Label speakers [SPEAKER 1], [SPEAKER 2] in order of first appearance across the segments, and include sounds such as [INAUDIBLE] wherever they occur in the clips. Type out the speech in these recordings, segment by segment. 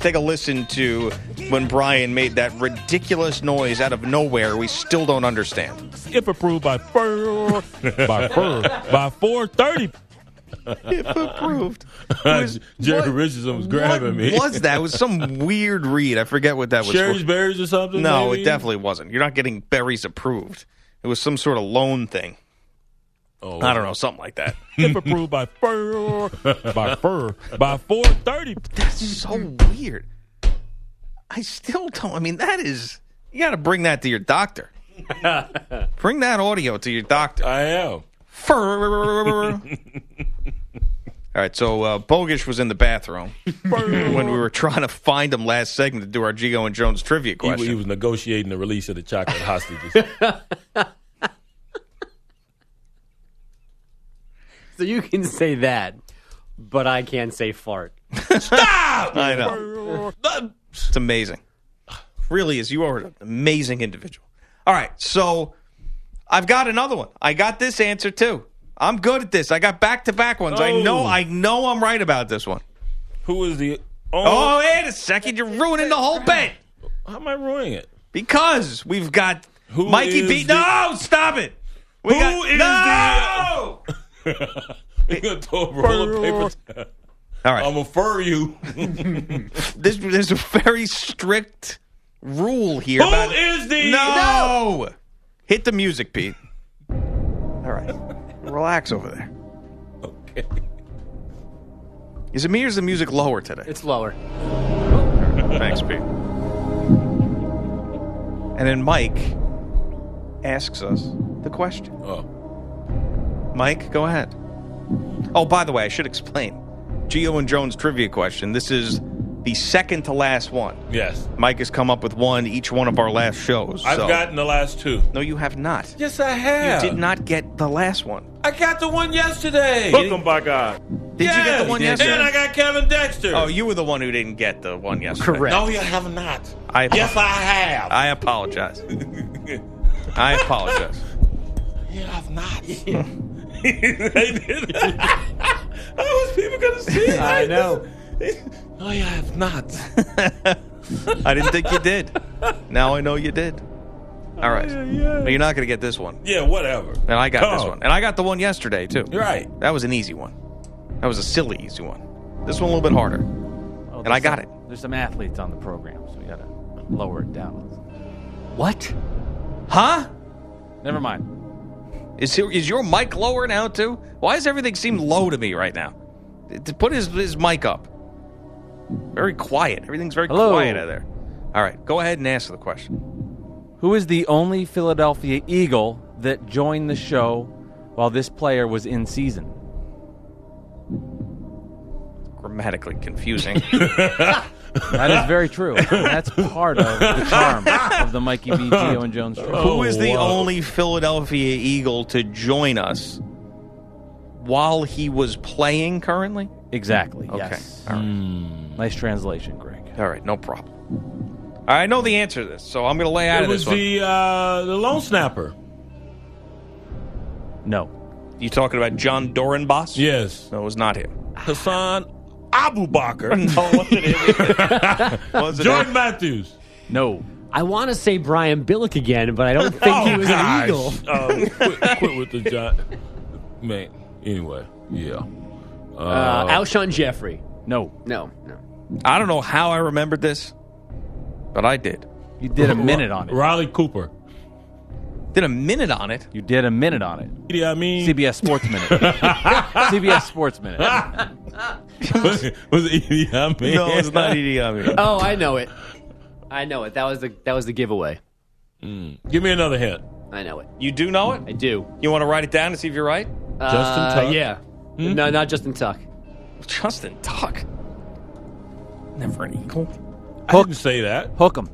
[SPEAKER 1] Take a listen to when Brian made that ridiculous noise out of nowhere. We still don't understand.
[SPEAKER 2] if approved by four by four by four thirty.
[SPEAKER 1] If
[SPEAKER 2] [LAUGHS]
[SPEAKER 1] approved.
[SPEAKER 2] Jerry Richardson was grabbing
[SPEAKER 1] what
[SPEAKER 2] me. [LAUGHS]
[SPEAKER 1] was that? It was some weird read. I forget what that was.
[SPEAKER 2] Sherry's
[SPEAKER 1] for.
[SPEAKER 2] berries or something?
[SPEAKER 1] No,
[SPEAKER 2] maybe?
[SPEAKER 1] it definitely wasn't. You're not getting berries approved. It was some sort of loan thing.
[SPEAKER 2] Oh,
[SPEAKER 1] I don't know, something like
[SPEAKER 2] [LAUGHS]
[SPEAKER 1] that.
[SPEAKER 2] If approved by four [LAUGHS] by four by four thirty.
[SPEAKER 1] That's so weird. I still don't. I mean, that is. You got to bring that to your
[SPEAKER 2] [LAUGHS]
[SPEAKER 1] doctor. bring that audio to your doctor.
[SPEAKER 2] I am.
[SPEAKER 1] Fur. All right, so uh, Bogish was in the bathroom when we were trying to find him last segment to do our Gigo and Jones trivia
[SPEAKER 2] He, wa-
[SPEAKER 1] question.
[SPEAKER 2] he was negotiating the release of the chocolate [LAUGHS] hostages.
[SPEAKER 3] So you can say that, but I can't say fart.
[SPEAKER 1] I know. it's amazing. Really is. You are an amazing individual. All right, so I've got another one. I got this answer too. I'm good at this. I got back to back ones. I know.
[SPEAKER 2] Oh.
[SPEAKER 1] I know. I'm right about this one.
[SPEAKER 2] Who is the? Oh,
[SPEAKER 1] Oh, wait a second! You're ruining the whole bet
[SPEAKER 2] how am I ruining it? [LAUGHS]
[SPEAKER 1] because we've got
[SPEAKER 2] Who
[SPEAKER 1] Mikey
[SPEAKER 2] is
[SPEAKER 1] beat.
[SPEAKER 2] the-
[SPEAKER 1] No, stop it. We
[SPEAKER 2] Who
[SPEAKER 1] got
[SPEAKER 2] is uh,
[SPEAKER 1] no.
[SPEAKER 2] You're gonna throw a roll of paper.
[SPEAKER 1] All right.
[SPEAKER 2] I'm gonna fur you. Who
[SPEAKER 1] This there's a very strict rule here. about-
[SPEAKER 2] is the?
[SPEAKER 1] No! Hit the music, Pete. All right. Relax over there.
[SPEAKER 2] Okay.
[SPEAKER 1] Is it me or is the music lower today?
[SPEAKER 3] It's lower.
[SPEAKER 1] Thanks, Pete. And then Mike asks us the question.
[SPEAKER 2] Oh,
[SPEAKER 1] Mike, go ahead. Oh, by the way, I should explain. Geo and Jones trivia question. This is the second to last one.
[SPEAKER 2] yes.
[SPEAKER 1] Mike has come up with one each one of our last shows.
[SPEAKER 2] I've
[SPEAKER 1] so-
[SPEAKER 2] gotten the last two.
[SPEAKER 1] No, you have not.
[SPEAKER 2] Yes, I have.
[SPEAKER 1] Did not get the last one.
[SPEAKER 2] I got the one yesterday.
[SPEAKER 1] Hook 'em
[SPEAKER 2] by God.
[SPEAKER 1] Did you get the one yesterday?
[SPEAKER 2] And I got Kevin Dexter.
[SPEAKER 1] Oh, you were the one who didn't get the one yesterday.
[SPEAKER 3] Correct.
[SPEAKER 2] No, you have not.
[SPEAKER 1] I
[SPEAKER 2] yes, I have.
[SPEAKER 1] I apologize. I apologize.
[SPEAKER 2] [LAUGHS]
[SPEAKER 1] [LAUGHS]
[SPEAKER 2] you have not. [LAUGHS] they did. How was people gonna see it?
[SPEAKER 3] I know.
[SPEAKER 2] [LAUGHS] No, you have not.
[SPEAKER 1] I didn't think you did. Now I know you did. All right.
[SPEAKER 2] yeah.
[SPEAKER 1] But You're not going to get this one.
[SPEAKER 2] Yeah, whatever.
[SPEAKER 1] And I got this
[SPEAKER 2] Oh.
[SPEAKER 1] one. And I got the one yesterday, too.
[SPEAKER 2] You're right.
[SPEAKER 1] That was an easy one. That was a silly easy one. This one a little bit harder. And I got it.
[SPEAKER 4] Oh,
[SPEAKER 1] Mm-hmm.
[SPEAKER 4] There's some athletes on the program, so we gotta lower it down.
[SPEAKER 3] What?
[SPEAKER 1] Huh?
[SPEAKER 4] Never mind.
[SPEAKER 1] Is, he- is your mic lower now, too? Why does everything seem low to me right now? To Put his, his mic up. Very quiet. Everything's very
[SPEAKER 4] Hello.
[SPEAKER 1] quiet out there. All right. Go ahead and answer the question.
[SPEAKER 4] Who is the only Philadelphia Eagle that joined the show while this player was in season?
[SPEAKER 1] grammatically confusing.
[SPEAKER 4] That is very
[SPEAKER 1] [LAUGHS]
[SPEAKER 4] true. That's part of the charm of the Mikey B. Geo and Jones show.
[SPEAKER 1] Who is the
[SPEAKER 2] wow.
[SPEAKER 1] only Philadelphia Eagle to join us while he was playing currently?
[SPEAKER 4] Exactly.
[SPEAKER 1] Okay.
[SPEAKER 4] Yes. Mm.
[SPEAKER 1] All, right.
[SPEAKER 4] Nice translation, Greg.
[SPEAKER 1] All right, no problem. I know the answer to this, so I'm going to lay out
[SPEAKER 2] It
[SPEAKER 1] of
[SPEAKER 2] was
[SPEAKER 1] this one.
[SPEAKER 2] the uh, the lone snapper.
[SPEAKER 4] No.
[SPEAKER 1] You talking about John Dorenbos? [SIGHS]
[SPEAKER 2] Yes,
[SPEAKER 1] No, it was not him.
[SPEAKER 2] Hassan
[SPEAKER 1] [LAUGHS]
[SPEAKER 2] Abu Bakr,
[SPEAKER 1] No,
[SPEAKER 5] Oh,
[SPEAKER 1] was it him? [LAUGHS] was it
[SPEAKER 2] Jordan
[SPEAKER 1] him?
[SPEAKER 2] Matthews.
[SPEAKER 4] No.
[SPEAKER 3] I want to say Brian Billick again, but I don't think
[SPEAKER 1] Oh,
[SPEAKER 3] he was an eagle.
[SPEAKER 2] [LAUGHS] Oh, quit, quit with the John. Man. Anyway, yeah.
[SPEAKER 3] Uh, Alshon Jeffrey.
[SPEAKER 4] No.
[SPEAKER 3] No, no.
[SPEAKER 1] I don't know how I remembered this, but I did.
[SPEAKER 4] You did a minute on it.
[SPEAKER 2] Riley Cooper.
[SPEAKER 1] Did a minute on it.
[SPEAKER 4] You did a minute on it.
[SPEAKER 1] Mm.
[SPEAKER 2] You know what I mean?
[SPEAKER 4] CBS
[SPEAKER 1] [LAUGHS]
[SPEAKER 4] Sports Minute. CBS Sports
[SPEAKER 2] [LAUGHS]
[SPEAKER 4] Minute.
[SPEAKER 2] was it Idi Amin?
[SPEAKER 1] No, it's not
[SPEAKER 5] E
[SPEAKER 1] Idi Amin.
[SPEAKER 3] Oh, I know it. I know it. That was the that was the giveaway.
[SPEAKER 2] Give me another hint.
[SPEAKER 3] I know it.
[SPEAKER 1] You do know it?
[SPEAKER 3] I do.
[SPEAKER 1] You want to write it down to see if you're right?
[SPEAKER 3] Uh,
[SPEAKER 2] Tuck?
[SPEAKER 3] Yeah. No, not Justin Tuck.
[SPEAKER 1] Justin Tuck.
[SPEAKER 4] Never any.
[SPEAKER 2] I didn't say that.
[SPEAKER 4] Hook him.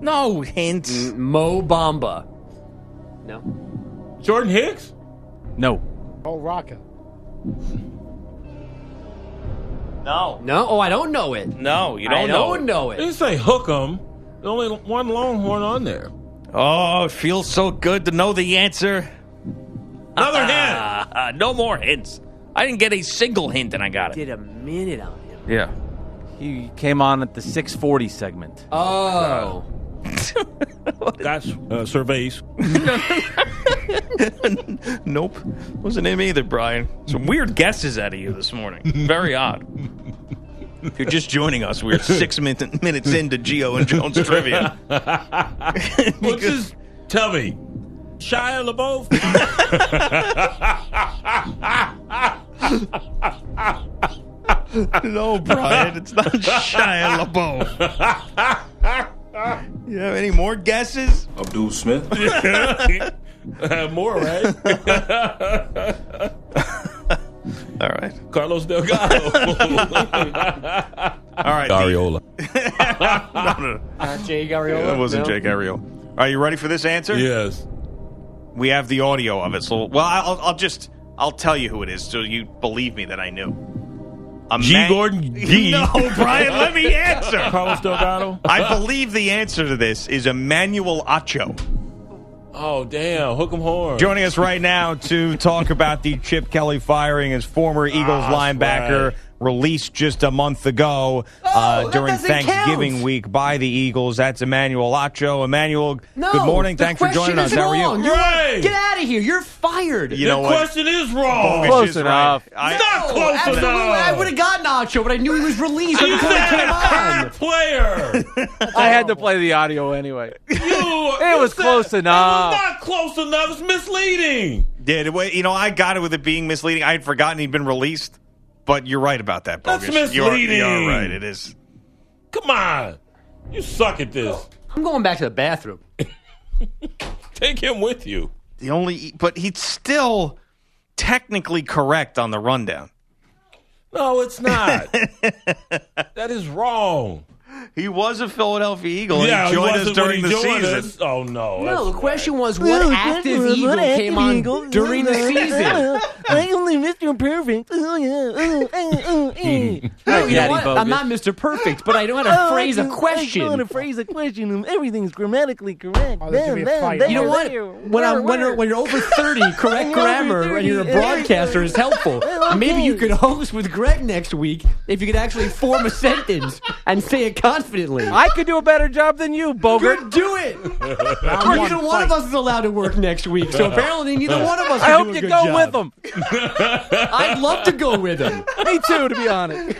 [SPEAKER 5] No hints.
[SPEAKER 3] Mo Bamba. No.
[SPEAKER 2] Jordan Hicks?
[SPEAKER 4] No.
[SPEAKER 6] Oh, Rocca.
[SPEAKER 5] No.
[SPEAKER 3] No. Oh, I don't know it.
[SPEAKER 5] No, you don't
[SPEAKER 3] I
[SPEAKER 5] know.
[SPEAKER 3] don't know
[SPEAKER 2] It
[SPEAKER 3] it.
[SPEAKER 2] didn't say hook 'em. There's only one Longhorn on there.
[SPEAKER 5] Oh, it feels so good to know the answer. Another
[SPEAKER 2] Ah.
[SPEAKER 5] hint. Uh, no more hints. I didn't get a single hint, and I got it.
[SPEAKER 3] Did a minute on him.
[SPEAKER 5] Yeah.
[SPEAKER 4] He came on at the 640 segment.
[SPEAKER 3] Oh.
[SPEAKER 2] That's uh, Cervase.
[SPEAKER 5] Nope. Wasn't him either, Brian. Some weird guesses out of you this morning. Very odd. If you're just joining us, we're [LAUGHS] six min- minutes into Geo and Jones trivia.
[SPEAKER 2] [LAUGHS] What's his tummy? Shia LaBeouf? [LAUGHS]
[SPEAKER 5] no, Brian, it's not [LAUGHS] Shia LaBeouf. you have any more guesses?
[SPEAKER 7] Abdul Smith.
[SPEAKER 2] Uh, more, right? [LAUGHS]
[SPEAKER 5] All right.
[SPEAKER 2] Carlos [LAUGHS] Delgado.
[SPEAKER 5] All right.
[SPEAKER 2] Ariola.
[SPEAKER 3] Not Jay Gariola.
[SPEAKER 5] It wasn't
[SPEAKER 3] no?
[SPEAKER 5] Jake Ariel. Are you ready for this answer?
[SPEAKER 2] Yes.
[SPEAKER 5] We have the audio of it. So, well, I'll, I'll just I'll tell you who it is, so you believe me that I knew. A
[SPEAKER 2] G.
[SPEAKER 5] [LAUGHS]
[SPEAKER 2] Gordon D.
[SPEAKER 5] No, Brian, let me answer.
[SPEAKER 2] Carlos [LAUGHS] Delgado?
[SPEAKER 5] I believe the answer to this is Emmanuel Acho.
[SPEAKER 2] Oh, damn. Hook 'em hard.
[SPEAKER 5] Joining us right now to talk about the Chip Kelly firing, his former Eagles
[SPEAKER 2] Ah, that's
[SPEAKER 5] linebacker
[SPEAKER 2] right.
[SPEAKER 5] released just a month ago uh,
[SPEAKER 3] Oh, that
[SPEAKER 5] during
[SPEAKER 3] doesn't count.
[SPEAKER 5] Thanksgiving week by the Eagles. That's Emmanuel Acho. Emmanuel,
[SPEAKER 3] No,
[SPEAKER 5] good morning.
[SPEAKER 3] the
[SPEAKER 5] Thanks for joining
[SPEAKER 3] question
[SPEAKER 5] us.
[SPEAKER 3] is
[SPEAKER 5] How are
[SPEAKER 3] wrong.
[SPEAKER 5] you?
[SPEAKER 3] You're
[SPEAKER 2] Right.
[SPEAKER 3] like, Get out of here. You're fired.
[SPEAKER 5] You
[SPEAKER 2] the
[SPEAKER 5] know what?
[SPEAKER 2] question is wrong.
[SPEAKER 5] Bogus
[SPEAKER 4] Close
[SPEAKER 5] is right.
[SPEAKER 4] enough.
[SPEAKER 5] I-
[SPEAKER 2] It's not close
[SPEAKER 3] absolutely.
[SPEAKER 2] enough.
[SPEAKER 3] I would have gotten Nacho, but I knew he was released.
[SPEAKER 2] You
[SPEAKER 3] I'm going,
[SPEAKER 2] said
[SPEAKER 3] come on.
[SPEAKER 2] [LAUGHS] current player.
[SPEAKER 4] I had to play the audio anyway.
[SPEAKER 2] You-
[SPEAKER 4] [LAUGHS] It was
[SPEAKER 2] you said-
[SPEAKER 4] close enough.
[SPEAKER 2] It was not close enough. It's misleading.
[SPEAKER 5] Yeah, the way, you know, I got it with it being misleading. I had forgotten he'd been released, but you're right about that.
[SPEAKER 2] That's
[SPEAKER 5] Bogus. You're- You're,
[SPEAKER 2] misleading.
[SPEAKER 5] right. It is.
[SPEAKER 2] Come on. You suck at this.
[SPEAKER 3] I'm going back to the bathroom.
[SPEAKER 2] Take him with you.
[SPEAKER 5] The only, but he's still technically correct on the rundown.
[SPEAKER 2] No, it's
[SPEAKER 5] [LAUGHS]
[SPEAKER 2] not. that is wrong.
[SPEAKER 5] He was a Philadelphia Eagle. and
[SPEAKER 2] yeah,
[SPEAKER 5] he
[SPEAKER 2] he
[SPEAKER 5] joined us
[SPEAKER 2] wasn't when
[SPEAKER 5] during
[SPEAKER 2] he
[SPEAKER 5] the
[SPEAKER 2] joined
[SPEAKER 5] season.
[SPEAKER 2] us. Oh no.
[SPEAKER 3] No, the
[SPEAKER 2] that's-
[SPEAKER 3] question was what active eagle came on during the season.
[SPEAKER 8] [LAUGHS] I only Mr. Perfect. Oh, yeah.
[SPEAKER 3] No, you know
[SPEAKER 4] Daddy
[SPEAKER 3] what?
[SPEAKER 4] bogus.
[SPEAKER 3] I'm not Mr. Perfect, but I know how
[SPEAKER 8] [LAUGHS] Oh, mm.
[SPEAKER 3] [LAUGHS] to phrase a question.
[SPEAKER 8] I'm going to phrase a question, and everything's grammatically correct.
[SPEAKER 6] Oh, there's gonna be
[SPEAKER 8] Bam,
[SPEAKER 6] a
[SPEAKER 8] bam,
[SPEAKER 6] fight.
[SPEAKER 8] there,
[SPEAKER 3] You know what?
[SPEAKER 8] there.
[SPEAKER 3] When I'm when, you're- when
[SPEAKER 8] [LAUGHS]
[SPEAKER 3] you're over thirty, correct
[SPEAKER 8] You're over
[SPEAKER 3] grammar and you're a
[SPEAKER 8] 30, yeah.
[SPEAKER 3] broadcaster is helpful.
[SPEAKER 8] [LAUGHS] Well,
[SPEAKER 3] Maybe
[SPEAKER 8] okay.
[SPEAKER 3] you could host with Greg next week if you could actually form a sentence and say it confidently.
[SPEAKER 4] I could do a better job than you, Bogart.
[SPEAKER 3] could do it. [LAUGHS] Neither one of us is allowed to work next week, [LAUGHS] so apparently neither one of us.
[SPEAKER 4] I
[SPEAKER 3] can do
[SPEAKER 4] hope
[SPEAKER 3] a
[SPEAKER 4] you
[SPEAKER 3] good
[SPEAKER 4] go
[SPEAKER 3] job.
[SPEAKER 4] with them.
[SPEAKER 3] I'd love to go with him.
[SPEAKER 4] [LAUGHS] Me too, to be honest.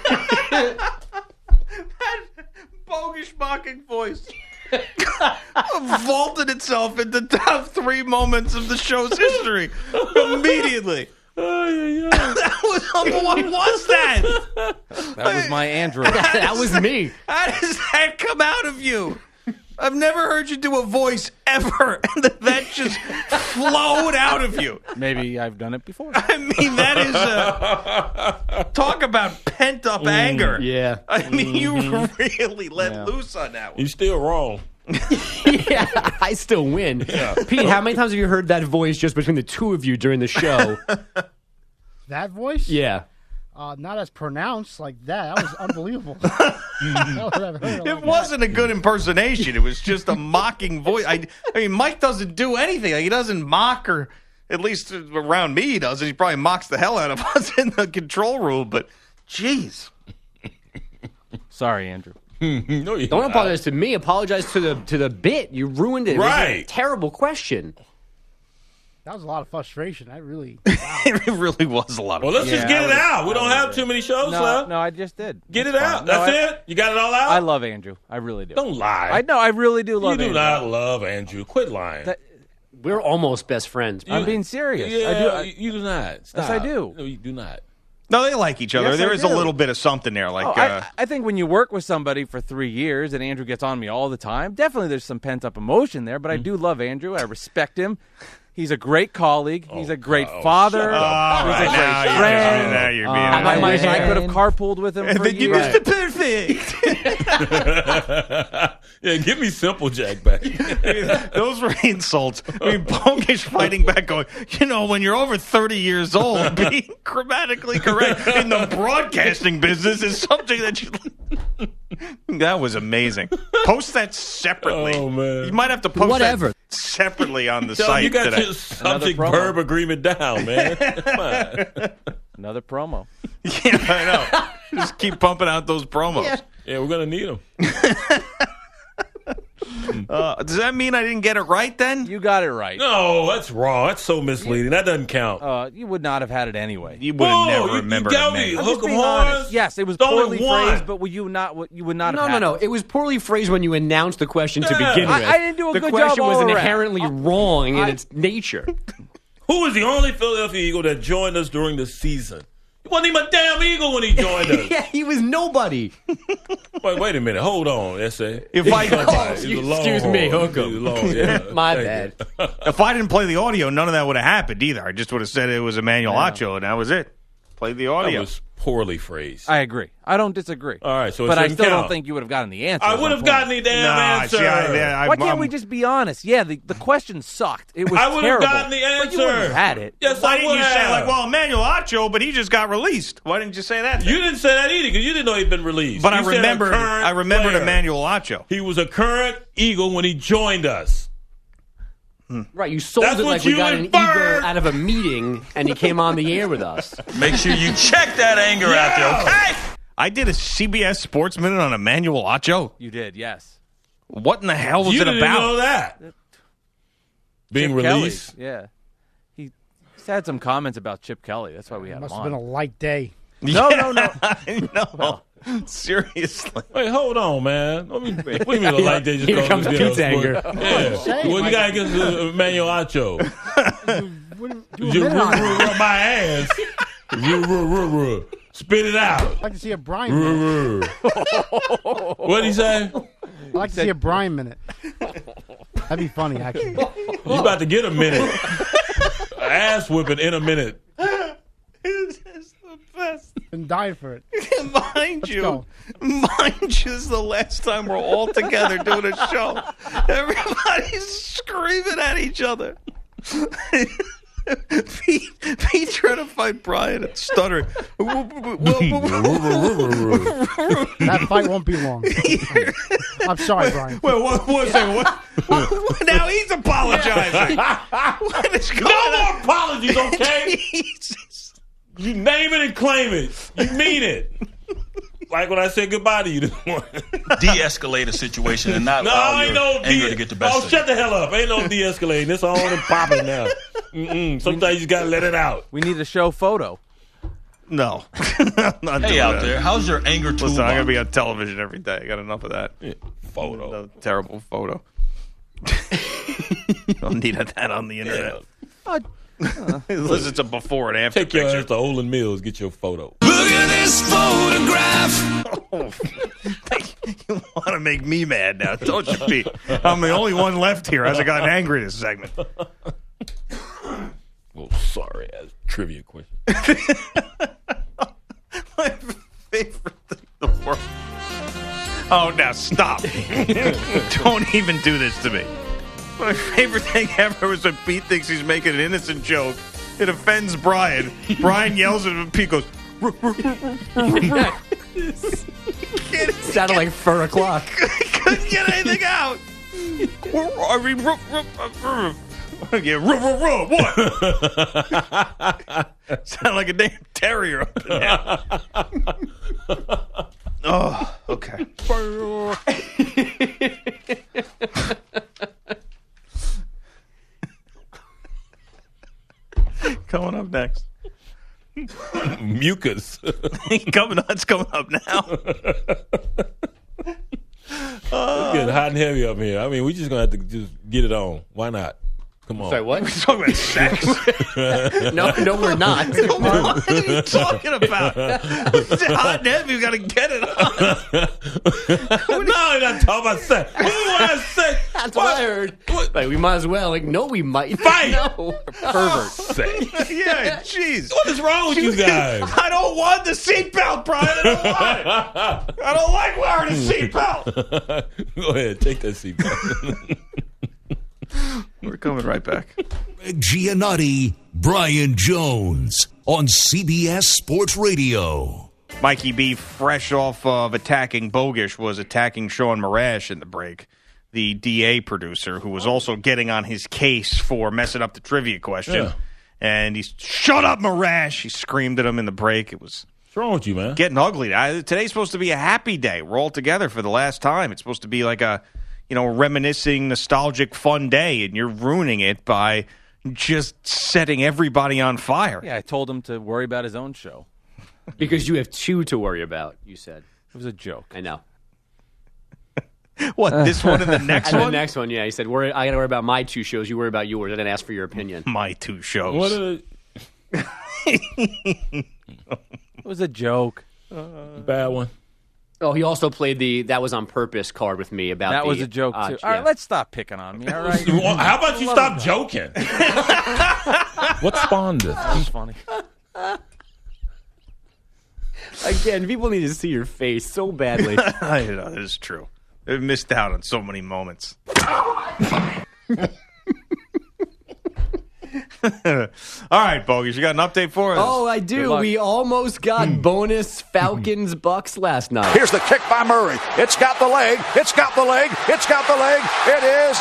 [SPEAKER 5] bogus mocking voice vaulted itself into top three moments of the show's
[SPEAKER 2] [LAUGHS]
[SPEAKER 5] history immediately.
[SPEAKER 2] Oh, yeah, yeah.
[SPEAKER 5] That was what was that?
[SPEAKER 4] That was my
[SPEAKER 3] [LAUGHS]
[SPEAKER 4] Andrew.
[SPEAKER 3] that was me.
[SPEAKER 5] How does that come out of you? I've never heard you do a voice ever, [LAUGHS] and that just flowed out of you.
[SPEAKER 4] Maybe I've done it before.
[SPEAKER 5] I mean, that is a, talk about pent up anger.
[SPEAKER 3] Yeah.
[SPEAKER 5] I mean, you really let loose on that one.
[SPEAKER 2] You still wrong.
[SPEAKER 3] [LAUGHS] yeah, I still win. Pete, how many times have you heard that voice just between the two of you during the show? [LAUGHS]
[SPEAKER 6] That voice?
[SPEAKER 3] yeah.
[SPEAKER 6] Uh, not as pronounced like
[SPEAKER 3] [LAUGHS]
[SPEAKER 6] that. That was unbelievable. [LAUGHS] No one ever heard it
[SPEAKER 5] It
[SPEAKER 6] like
[SPEAKER 5] wasn't a good impersonation. It was
[SPEAKER 4] [LAUGHS]
[SPEAKER 5] just a mocking voice. I, I mean, Mike doesn't do anything. Like, he doesn't mock or, at least around me, he doesn't. He probably mocks the hell out of [LAUGHS] us in the control room. But, jeez, [LAUGHS]
[SPEAKER 4] Sorry, Andrew.
[SPEAKER 2] No, you
[SPEAKER 3] Don't apologize to me. Apologize to the to the bit. You ruined it. It was a
[SPEAKER 2] Right.
[SPEAKER 3] terrible question.
[SPEAKER 6] That That was a lot of frustration. That really.
[SPEAKER 5] it really was a lot of.
[SPEAKER 2] Well, let's just
[SPEAKER 4] Yeah,
[SPEAKER 2] get
[SPEAKER 4] I
[SPEAKER 2] it
[SPEAKER 4] would-
[SPEAKER 2] out. We don't have too many shows
[SPEAKER 4] No,
[SPEAKER 2] left.
[SPEAKER 4] no, I just did.
[SPEAKER 2] Get it
[SPEAKER 4] That's fine.
[SPEAKER 2] out.
[SPEAKER 4] No,
[SPEAKER 2] That's
[SPEAKER 4] I-
[SPEAKER 2] it. You got it all out.
[SPEAKER 4] I love Andrew. I really do.
[SPEAKER 2] Don't lie.
[SPEAKER 4] I know. I really do love
[SPEAKER 2] you do
[SPEAKER 4] Andrew.
[SPEAKER 2] not love Andrew. Quit lying.
[SPEAKER 4] That-
[SPEAKER 3] We're almost best friends.
[SPEAKER 4] I'm
[SPEAKER 3] Brian.
[SPEAKER 4] being serious.
[SPEAKER 2] yeah,
[SPEAKER 4] I do. I-
[SPEAKER 2] you- you do not. Stop.
[SPEAKER 4] I do.
[SPEAKER 2] No, you do not. [LAUGHS]
[SPEAKER 5] no, they like each other.
[SPEAKER 4] Yes,
[SPEAKER 5] there
[SPEAKER 4] I
[SPEAKER 5] is a
[SPEAKER 4] do.
[SPEAKER 5] little bit of something there. Like,
[SPEAKER 4] Oh,
[SPEAKER 5] uh,
[SPEAKER 4] I, I think when you work with somebody for three years and
[SPEAKER 2] Mm-hmm.
[SPEAKER 4] Andrew gets on me all the time, definitely there's some pent up emotion there. But I do love Andrew. I respect him. He's a great colleague.
[SPEAKER 2] Oh,
[SPEAKER 4] he's a great father. he's a great friend.
[SPEAKER 2] you're
[SPEAKER 4] I,
[SPEAKER 3] being-
[SPEAKER 4] might- I could have
[SPEAKER 8] And-
[SPEAKER 4] carpooled with him for
[SPEAKER 5] then you
[SPEAKER 4] years.
[SPEAKER 5] Mr. Perfect.
[SPEAKER 2] yeah, give me simple Jack
[SPEAKER 4] [LAUGHS]
[SPEAKER 2] back.
[SPEAKER 5] Those were insults. I mean, Bonkish fighting back, going, you know, when you're over 30 years old, [LAUGHS] being grammatically correct in the broadcasting business is something that you. [LAUGHS] that was amazing. Post that separately.
[SPEAKER 2] Oh, man.
[SPEAKER 5] You might have to post
[SPEAKER 6] Whatever.
[SPEAKER 5] that separately on the
[SPEAKER 2] Yo,
[SPEAKER 5] site
[SPEAKER 2] you got
[SPEAKER 5] today.
[SPEAKER 2] your subject
[SPEAKER 4] promo.
[SPEAKER 2] verb agreement down,
[SPEAKER 4] [LAUGHS]
[SPEAKER 2] man. Come on.
[SPEAKER 4] Another promo.
[SPEAKER 5] Yeah, [LAUGHS] I know. Just keep pumping out those promos.
[SPEAKER 2] Yeah, we're gonna need them.
[SPEAKER 5] Uh, does that mean I didn't get it right then?
[SPEAKER 4] You got it right.
[SPEAKER 2] No, that's wrong. That's so misleading. That doesn't count.
[SPEAKER 4] Uh, you would not have had it anyway.
[SPEAKER 5] you would have
[SPEAKER 2] Whoa,
[SPEAKER 5] never
[SPEAKER 2] you- you
[SPEAKER 5] remembered
[SPEAKER 2] got
[SPEAKER 5] a
[SPEAKER 2] me.
[SPEAKER 5] name.
[SPEAKER 2] Look-
[SPEAKER 4] Just
[SPEAKER 2] Hook 'em
[SPEAKER 4] being honest.
[SPEAKER 2] horns.
[SPEAKER 4] Yes, it was
[SPEAKER 2] It's only
[SPEAKER 4] poorly
[SPEAKER 2] one.
[SPEAKER 4] phrased, but would you not? You would not.
[SPEAKER 3] No,
[SPEAKER 4] have
[SPEAKER 3] no,
[SPEAKER 4] had
[SPEAKER 3] no.
[SPEAKER 4] It.
[SPEAKER 3] It was poorly phrased when you announced the question to
[SPEAKER 2] Yeah.
[SPEAKER 3] begin
[SPEAKER 2] I-
[SPEAKER 3] with.
[SPEAKER 4] I didn't do a
[SPEAKER 3] the
[SPEAKER 4] good
[SPEAKER 3] question
[SPEAKER 4] job
[SPEAKER 3] was
[SPEAKER 4] all around.
[SPEAKER 3] inherently wrong in its nature.
[SPEAKER 2] Who was the only Philadelphia Eagle that joined us during the season? He wasn't even a damn Eagle when he joined us.
[SPEAKER 3] [LAUGHS]
[SPEAKER 4] [LAUGHS]
[SPEAKER 3] yeah, he was nobody.
[SPEAKER 2] wait, wait a minute. Hold on, essay.
[SPEAKER 5] If I-
[SPEAKER 2] Somebody.
[SPEAKER 3] excuse-
[SPEAKER 2] He's a Longhorn.
[SPEAKER 3] excuse me,
[SPEAKER 2] He's
[SPEAKER 3] hook
[SPEAKER 2] a
[SPEAKER 3] 'em.
[SPEAKER 2] Longhorn,
[SPEAKER 4] [LAUGHS]
[SPEAKER 2] yeah.
[SPEAKER 3] My
[SPEAKER 2] Thank
[SPEAKER 3] bad.
[SPEAKER 2] you.
[SPEAKER 5] If I didn't play the audio, none of that would have happened either. I just would have said it was Emmanuel Acho, and that was it. Played the
[SPEAKER 2] That
[SPEAKER 5] audio.
[SPEAKER 2] was poorly phrased. I,
[SPEAKER 4] I agree. I don't disagree.
[SPEAKER 2] All right, so it
[SPEAKER 4] but I
[SPEAKER 2] shouldn't
[SPEAKER 4] still
[SPEAKER 2] count.
[SPEAKER 4] don't think you would have gotten the answer. is
[SPEAKER 2] would
[SPEAKER 4] my
[SPEAKER 2] have
[SPEAKER 4] point.
[SPEAKER 2] gotten the damn
[SPEAKER 5] Nah,
[SPEAKER 2] answer.
[SPEAKER 5] see, I- yeah, I-
[SPEAKER 4] Why can't
[SPEAKER 5] I'm-
[SPEAKER 4] we just be honest? Yeah, the, the question sucked. It was
[SPEAKER 2] I would have
[SPEAKER 4] terrible.
[SPEAKER 2] gotten the
[SPEAKER 4] But you wouldn't
[SPEAKER 2] answer.
[SPEAKER 4] have had it.
[SPEAKER 2] Yes,
[SPEAKER 5] Why
[SPEAKER 2] I
[SPEAKER 5] didn't
[SPEAKER 2] would
[SPEAKER 5] you
[SPEAKER 2] have.
[SPEAKER 5] say like, well, Emmanuel Acho, but he just got released? Why didn't you say that? then?
[SPEAKER 2] you didn't say that either because you didn't know he'd been released.
[SPEAKER 5] but
[SPEAKER 2] You
[SPEAKER 5] I
[SPEAKER 2] said a
[SPEAKER 5] remembered.
[SPEAKER 2] current
[SPEAKER 5] I remembered
[SPEAKER 2] player.
[SPEAKER 5] Emmanuel Acho.
[SPEAKER 2] He was a current Eagle when he joined us.
[SPEAKER 3] Right, you sold
[SPEAKER 2] That's
[SPEAKER 3] it like
[SPEAKER 2] what
[SPEAKER 3] we
[SPEAKER 2] you
[SPEAKER 3] got an
[SPEAKER 2] inferred.
[SPEAKER 3] eagle out of a meeting, and he came on the air with us.
[SPEAKER 2] Make sure you check that anger out there. Okay.
[SPEAKER 5] I did a CBS Sports Minute on Emmanuel Acho.
[SPEAKER 4] You did. Yes.
[SPEAKER 5] What in the hell was
[SPEAKER 2] you
[SPEAKER 5] it
[SPEAKER 2] didn't
[SPEAKER 5] about?
[SPEAKER 2] know that. Being
[SPEAKER 4] Chip Kelly.
[SPEAKER 2] released.
[SPEAKER 4] Yeah. He, he's had some comments about Chip Kelly. That's why we had
[SPEAKER 6] Must
[SPEAKER 4] him
[SPEAKER 6] have
[SPEAKER 4] on.
[SPEAKER 6] been a light day.
[SPEAKER 4] no, no,
[SPEAKER 6] [LAUGHS]
[SPEAKER 4] no.
[SPEAKER 5] I know. Seriously.
[SPEAKER 2] Wait, hold on, man. What do you mean, what do you mean the light they just
[SPEAKER 3] Here
[SPEAKER 2] called
[SPEAKER 3] comes
[SPEAKER 2] the deal?
[SPEAKER 3] pizza anger.
[SPEAKER 2] [LAUGHS] Yeah.
[SPEAKER 6] saying,
[SPEAKER 2] What you
[SPEAKER 6] like-
[SPEAKER 2] got against uh, Emmanuel Acho?
[SPEAKER 6] Wouldn't do a
[SPEAKER 2] Just
[SPEAKER 6] minute
[SPEAKER 2] rub,
[SPEAKER 6] on it.
[SPEAKER 2] rub, rub my ass. Rub, rub, rub, rub. Spit it out.
[SPEAKER 6] I'd like to see a Brian minute.
[SPEAKER 2] Rub, rub. What'd he say?
[SPEAKER 6] I'd
[SPEAKER 3] [LAUGHS]
[SPEAKER 6] like to see a Brian minute. That'd be funny, actually.
[SPEAKER 2] You about to get a minute. ass whipping in a minute.
[SPEAKER 5] This is the best.
[SPEAKER 6] Been dying for
[SPEAKER 3] [LAUGHS]
[SPEAKER 6] it.
[SPEAKER 5] Mind you,
[SPEAKER 6] go.
[SPEAKER 5] mind you, this is the last time we're all together doing a show. Everybody's screaming at each other. [LAUGHS] Pete, Pete trying to fight Brian and stuttering. Wait,
[SPEAKER 6] That fight won't
[SPEAKER 3] [LAUGHS]
[SPEAKER 6] be long. I'm sorry, Brian.
[SPEAKER 5] what was it? What? Now he's apologizing. What is going
[SPEAKER 2] No
[SPEAKER 5] on?
[SPEAKER 2] more apologies, [LAUGHS] okay?
[SPEAKER 5] Jesus.
[SPEAKER 2] You name it and claim it. You mean it. Like when I said goodbye to you this morning.
[SPEAKER 7] de-escalate a situation and not
[SPEAKER 2] No,
[SPEAKER 7] allow
[SPEAKER 2] ain't
[SPEAKER 7] your
[SPEAKER 2] no
[SPEAKER 7] anger
[SPEAKER 2] de-
[SPEAKER 7] to get the best
[SPEAKER 2] Oh,
[SPEAKER 7] of you.
[SPEAKER 2] shut the hell up! Ain't no de-escalating. It's on and popping now. Mm-mm. Sometimes you gotta let it out.
[SPEAKER 4] We need a show photo.
[SPEAKER 5] [LAUGHS] No. [LAUGHS] I'm not doing
[SPEAKER 7] Hey, out
[SPEAKER 5] that.
[SPEAKER 7] there, how's your anger toolbox?
[SPEAKER 5] Listen, I'm gonna be on television every day. I got enough of that.
[SPEAKER 2] Photo.
[SPEAKER 5] Another terrible [LAUGHS] photo. I'll need that on the internet. [LAUGHS] Unless it's a before and after
[SPEAKER 2] Take your
[SPEAKER 5] picture. [LAUGHS]
[SPEAKER 2] ass to Olin Mills. Get your photo.
[SPEAKER 7] Look at this photograph.
[SPEAKER 5] you want to make me mad now, don't you, Pete? I'm the only one left here. Hasn't gotten angry this segment.
[SPEAKER 2] Oh, sorry, ass trivia question.
[SPEAKER 5] [LAUGHS] My favorite thing in the world. Oh, now [LAUGHS] stop. don't even do this to me. My favorite thing ever was when Pete thinks he's making an innocent joke. It offends Brian. Brian yells at him, and Pete goes,
[SPEAKER 3] Sounded like four o'clock.
[SPEAKER 5] couldn't get anything out. [LAUGHS] I mean, ruh, ruh, ruh, ruh. Yeah, ruh, ruh, ruh, what? [LAUGHS] Sound like a damn terrier up in there. [LAUGHS] oh, okay. Coming up next. [LAUGHS]
[SPEAKER 2] Mucus. [LAUGHS]
[SPEAKER 5] Coming up, it's coming up now.
[SPEAKER 2] Getting hot and heavy up here. I mean, we just gonna have to just get it on. Why not? Come on. [LAUGHS]
[SPEAKER 5] We're
[SPEAKER 3] what?
[SPEAKER 5] talking about sex.
[SPEAKER 3] [LAUGHS] No, no, we're not.
[SPEAKER 5] what are you talking about? It's hot and heavy. We got to get it on.
[SPEAKER 2] no, you're not talking about sex. Who wants sex?
[SPEAKER 3] That's what, I heard.
[SPEAKER 2] What?
[SPEAKER 3] Like, we might as well. Like, no, we might. [LAUGHS]
[SPEAKER 2] Fight!
[SPEAKER 3] No.
[SPEAKER 4] Pervert.
[SPEAKER 2] Say.
[SPEAKER 5] yeah, jeez.
[SPEAKER 2] What is wrong with [LAUGHS] you guys?
[SPEAKER 5] I don't want the seatbelt, Brian. I don't want it. I don't like wearing a seatbelt.
[SPEAKER 2] Go ahead, take that seat.
[SPEAKER 5] We're coming right back.
[SPEAKER 9] Giannotti, Brian Jones on CBS Sports Radio.
[SPEAKER 5] Mikey B, fresh off of attacking Bogish, was attacking Sean Morash in the break, the DA producer, who was also getting on his case for messing up the trivia question.
[SPEAKER 2] Yeah.
[SPEAKER 5] And he's, shut up, Morash! He screamed at him in the break. It was
[SPEAKER 2] What's wrong with you, man?
[SPEAKER 5] getting ugly. I, today's supposed to be a happy day. We're all together for the last time. It's supposed to be like a, you know, reminiscing, nostalgic, fun day, and you're ruining it by just setting everybody on fire.
[SPEAKER 4] Yeah, I told him to worry about his own show.
[SPEAKER 3] Because you have two to worry about, you said.
[SPEAKER 4] It was a joke.
[SPEAKER 3] I know.
[SPEAKER 5] What this one and the next
[SPEAKER 3] And the
[SPEAKER 5] one?
[SPEAKER 3] next one, yeah, he said, worry, I got to worry about my two shows. You worry about yours. I didn't ask for your opinion.
[SPEAKER 5] My two shows.
[SPEAKER 2] What a
[SPEAKER 4] It was a joke.
[SPEAKER 2] bad one.
[SPEAKER 3] Oh, he also played the that was on purpose card with me about
[SPEAKER 4] That
[SPEAKER 3] the,
[SPEAKER 4] was a joke
[SPEAKER 3] uh,
[SPEAKER 4] too.
[SPEAKER 3] yeah.
[SPEAKER 4] All right, let's stop picking on me.
[SPEAKER 1] [LAUGHS]
[SPEAKER 4] All right,
[SPEAKER 2] You want- How about you [LAUGHS] stop joking? what spawned this?
[SPEAKER 4] that's funny.
[SPEAKER 3] Again, people need to see your face so badly.
[SPEAKER 5] [LAUGHS] I know, it is true. They've missed out on so many moments. [LAUGHS] All right, Bogus, you got an update for us?
[SPEAKER 3] [LAUGHS] oh, I do. We almost got bonus Falcons Bucks last night.
[SPEAKER 9] Here's the kick by Murray. It's got the leg. It's got the leg. It's got the leg. It is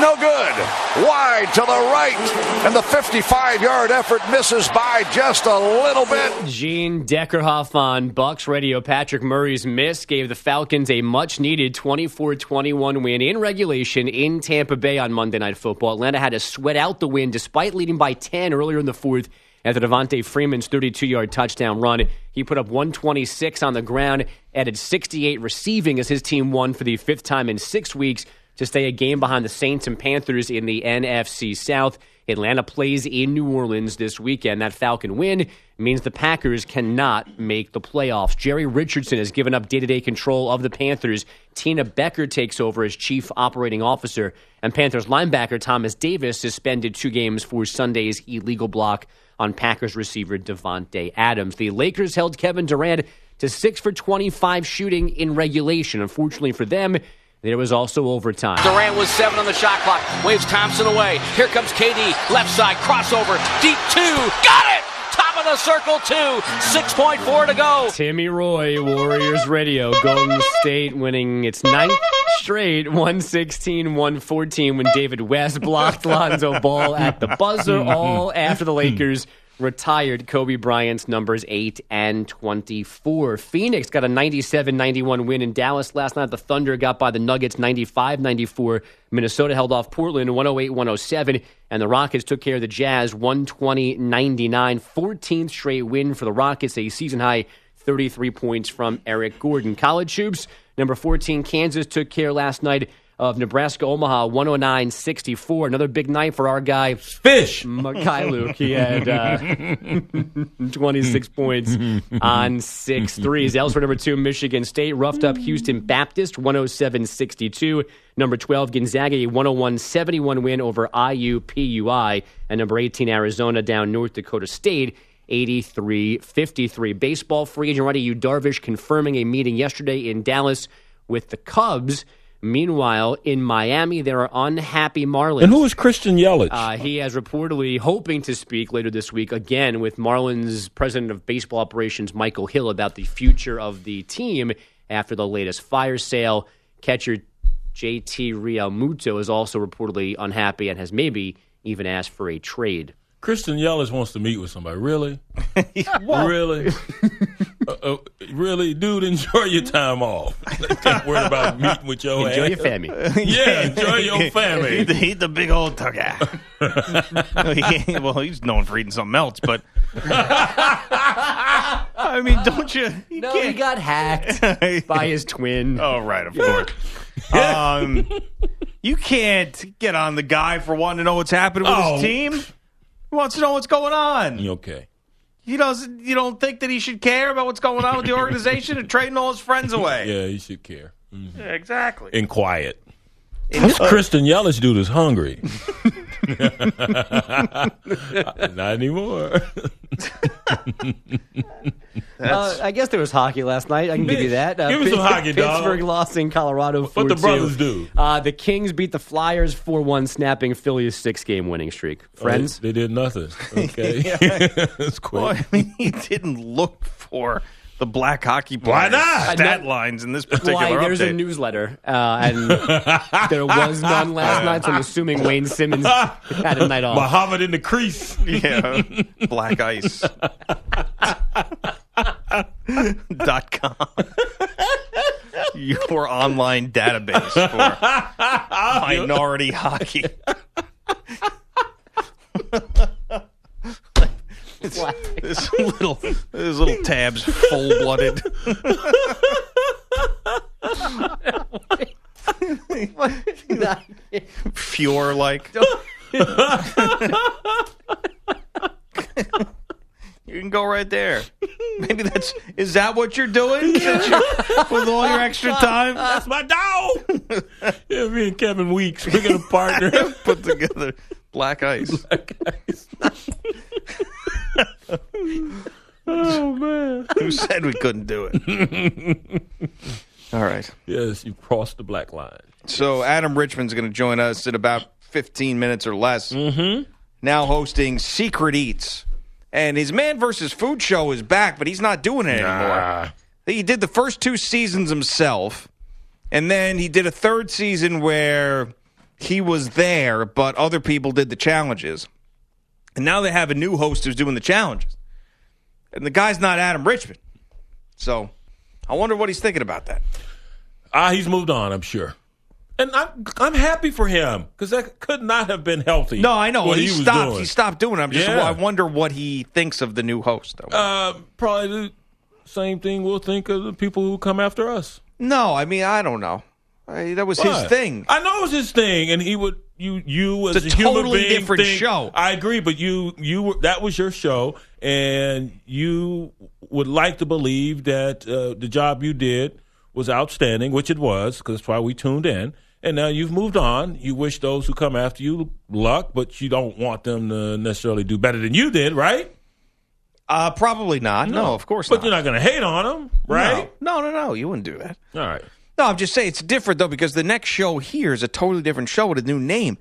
[SPEAKER 9] no good. Wide to the right. And the 55 yard effort misses by just a little bit.
[SPEAKER 3] Gene Deckerhoff on Bucks Radio. Patrick Murray's miss gave the Falcons a much needed 24 21 win in regulation in Tampa Bay on Monday Night Football. Atlanta had to sweat out the win despite leading by 10 earlier in the fourth after Devontae Freeman's 32 yard touchdown run. He put up 126 on the ground, added 68 receiving as his team won for the fifth time in six weeks to stay a game behind the Saints and Panthers in the NFC South. Atlanta plays in New Orleans this weekend. That Falcon win means the Packers cannot make the playoffs. Jerry Richardson has given up day to day control of the Panthers. Tina Becker takes over as chief operating officer, and Panthers linebacker Thomas Davis suspended two games for Sunday's illegal block on Packers receiver Devontae Adams. The Lakers held Kevin Durant to six for 25 shooting in regulation. Unfortunately for them, there was also overtime.
[SPEAKER 1] Durant was seven on the shot clock. Waves Thompson away. Here comes KD. Left side crossover. Deep two. Got it. Top of the circle two. Six point four to go.
[SPEAKER 3] Timmy Roy, Warriors Radio, Golden State winning its ninth straight 116 114 when David West blocked Lonzo Ball at the buzzer, all after the Lakers retired Kobe Bryant's numbers 8 and 24. Phoenix got a 97 91 win in Dallas last night. The Thunder got by the Nuggets 95 94. Minnesota held off Portland 108 107. And the Rockets took care of the Jazz 120 99. 14th straight win for the Rockets, a season high 33 points from Eric Gordon. College hoops, number 14, Kansas took care last night of Nebraska Omaha 109 64. Another big night for our guy,
[SPEAKER 2] Fish.
[SPEAKER 3] Mikhailuk. He had uh, 26 points on 6 threes. Elsewhere, number 2, Michigan State roughed up Houston Baptist 107 62. Number 12, Gonzaga, a 101 71 win over IUPUI. And number 18, Arizona down North Dakota State. 83 53. Baseball free agent Roddy U. Darvish confirming a meeting yesterday in Dallas with the Cubs. Meanwhile, in Miami, there are unhappy Marlins.
[SPEAKER 2] And who is Christian Yelich?
[SPEAKER 3] Uh, he has reportedly hoping to speak later this week again with Marlins president of baseball operations Michael Hill about the future of the team after the latest fire sale. Catcher JT Realmuto is also reportedly unhappy and has maybe even asked for a trade.
[SPEAKER 2] Christian Yelich wants to meet with somebody.
[SPEAKER 3] [LAUGHS]
[SPEAKER 2] Really? really? uh, uh, really? Dude, enjoy your time off. [LAUGHS] Don't worry about meeting with your
[SPEAKER 3] Enjoy
[SPEAKER 2] ass.
[SPEAKER 3] your family.
[SPEAKER 2] [LAUGHS] Yeah, enjoy your
[SPEAKER 3] [LAUGHS]
[SPEAKER 5] He's the,
[SPEAKER 2] family.
[SPEAKER 5] he's the big old tugger. [LAUGHS] well, he's known for eating something else, but I mean, don't you? you
[SPEAKER 3] No, Oh, he
[SPEAKER 5] can't-
[SPEAKER 3] got hacked [LAUGHS]
[SPEAKER 5] [LAUGHS]
[SPEAKER 3] by his twin.
[SPEAKER 5] Oh, right, of course. um, you can't get on the guy for wanting to know what's happening with
[SPEAKER 2] Oh.
[SPEAKER 5] his team. He wants to know what's going on.
[SPEAKER 2] You Mm, okay?
[SPEAKER 5] He doesn't. You don't think that he should care about what's going on with the organization and trading all his friends away?
[SPEAKER 2] Yeah, you should care.
[SPEAKER 5] Exactly.
[SPEAKER 2] And Mm-hmm. quiet. This Kristen Yelich dude is hungry.
[SPEAKER 3] [LAUGHS]
[SPEAKER 2] [LAUGHS] Not anymore.
[SPEAKER 3] Uh, I guess there was hockey last night. I can give you that. Uh,
[SPEAKER 2] give me some hockey, dog.
[SPEAKER 3] Pittsburgh lost in Colorado.
[SPEAKER 2] What the
[SPEAKER 3] 4-2.
[SPEAKER 2] brothers do?
[SPEAKER 3] Uh, the Kings beat the Flyers four-one, snapping Philly's six-game winning streak. Friends,
[SPEAKER 2] Oh, they, they did
[SPEAKER 3] [LAUGHS]
[SPEAKER 2] nothing. Okay. [LAUGHS] That's quick.
[SPEAKER 5] Well, [LAUGHS] I mean, he didn't look for the black hockey
[SPEAKER 2] Why
[SPEAKER 5] players.
[SPEAKER 2] not?
[SPEAKER 5] Stat lines in this particular
[SPEAKER 3] why there's a
[SPEAKER 5] update.
[SPEAKER 3] newsletter, uh, and there was none last night. So I'm assuming Wayne Simmons had a night off.
[SPEAKER 2] [LAUGHS] Muhammad in the crease.
[SPEAKER 3] [LAUGHS]
[SPEAKER 5] [LAUGHS] yeah, black ice. [LAUGHS] dot com [LAUGHS] your online database for
[SPEAKER 3] [LAUGHS]
[SPEAKER 5] minority hockey [LAUGHS] this little this little tab's full-blooded
[SPEAKER 3] [LAUGHS]
[SPEAKER 5] Fjord like. [LAUGHS] you can go right there. Maybe that's is that what you're doing Since you're- with all your extra time?
[SPEAKER 2] That's my dog.
[SPEAKER 5] [LAUGHS]
[SPEAKER 2] yeah, me and Kevin Weeks, we're gonna partner.
[SPEAKER 5] Put together black ice.
[SPEAKER 2] oh man.
[SPEAKER 5] Who said we couldn't do it? All right.
[SPEAKER 2] Yes, you crossed the black line.
[SPEAKER 5] So Adam Richmond's going to join us in about 15 minutes or less. Mm-hmm. Now hosting Secret Eats, and his Man versus Food show is back, but he's not doing it anymore. He did the first two seasons himself, and then he did a third season where he was there, but other people did the challenges. And now they have a new host who's doing the challenges, and the guy's not Adam Richmond. So I wonder what he's thinking about that.
[SPEAKER 2] Ah, he's moved on, I'm sure. And I'm I'm happy for him because that could not have been healthy.
[SPEAKER 5] No, I know.
[SPEAKER 2] what
[SPEAKER 5] he,
[SPEAKER 2] was
[SPEAKER 5] stopped.
[SPEAKER 2] doing.
[SPEAKER 5] He stopped doing it. I'm just.
[SPEAKER 2] Yeah.
[SPEAKER 5] I wonder what he thinks of the new host. though.
[SPEAKER 2] Uh, probably the same thing we'll think of the people who come after us.
[SPEAKER 5] no, I mean I don't know. I, that was his
[SPEAKER 2] What?
[SPEAKER 5] thing.
[SPEAKER 2] I know it was his thing, and he would you you as
[SPEAKER 5] It's a
[SPEAKER 2] a human
[SPEAKER 5] totally
[SPEAKER 2] being
[SPEAKER 5] different
[SPEAKER 2] think-
[SPEAKER 5] show.
[SPEAKER 2] I agree, but you you were, that was your show, and you would like to believe that uh, the job you did was outstanding, which it was, because that's why we tuned in. And now you've moved on. You wish those who come after you luck, but you don't want them to necessarily do better than you did, right?
[SPEAKER 5] Uh, probably not. No, of course
[SPEAKER 2] But
[SPEAKER 5] not.
[SPEAKER 2] you're not going to hate on them, right?
[SPEAKER 5] No. no, no, no. You wouldn't do that.
[SPEAKER 2] All right.
[SPEAKER 5] No, I'm just saying it's different though because the next show here is a totally different show with a new name.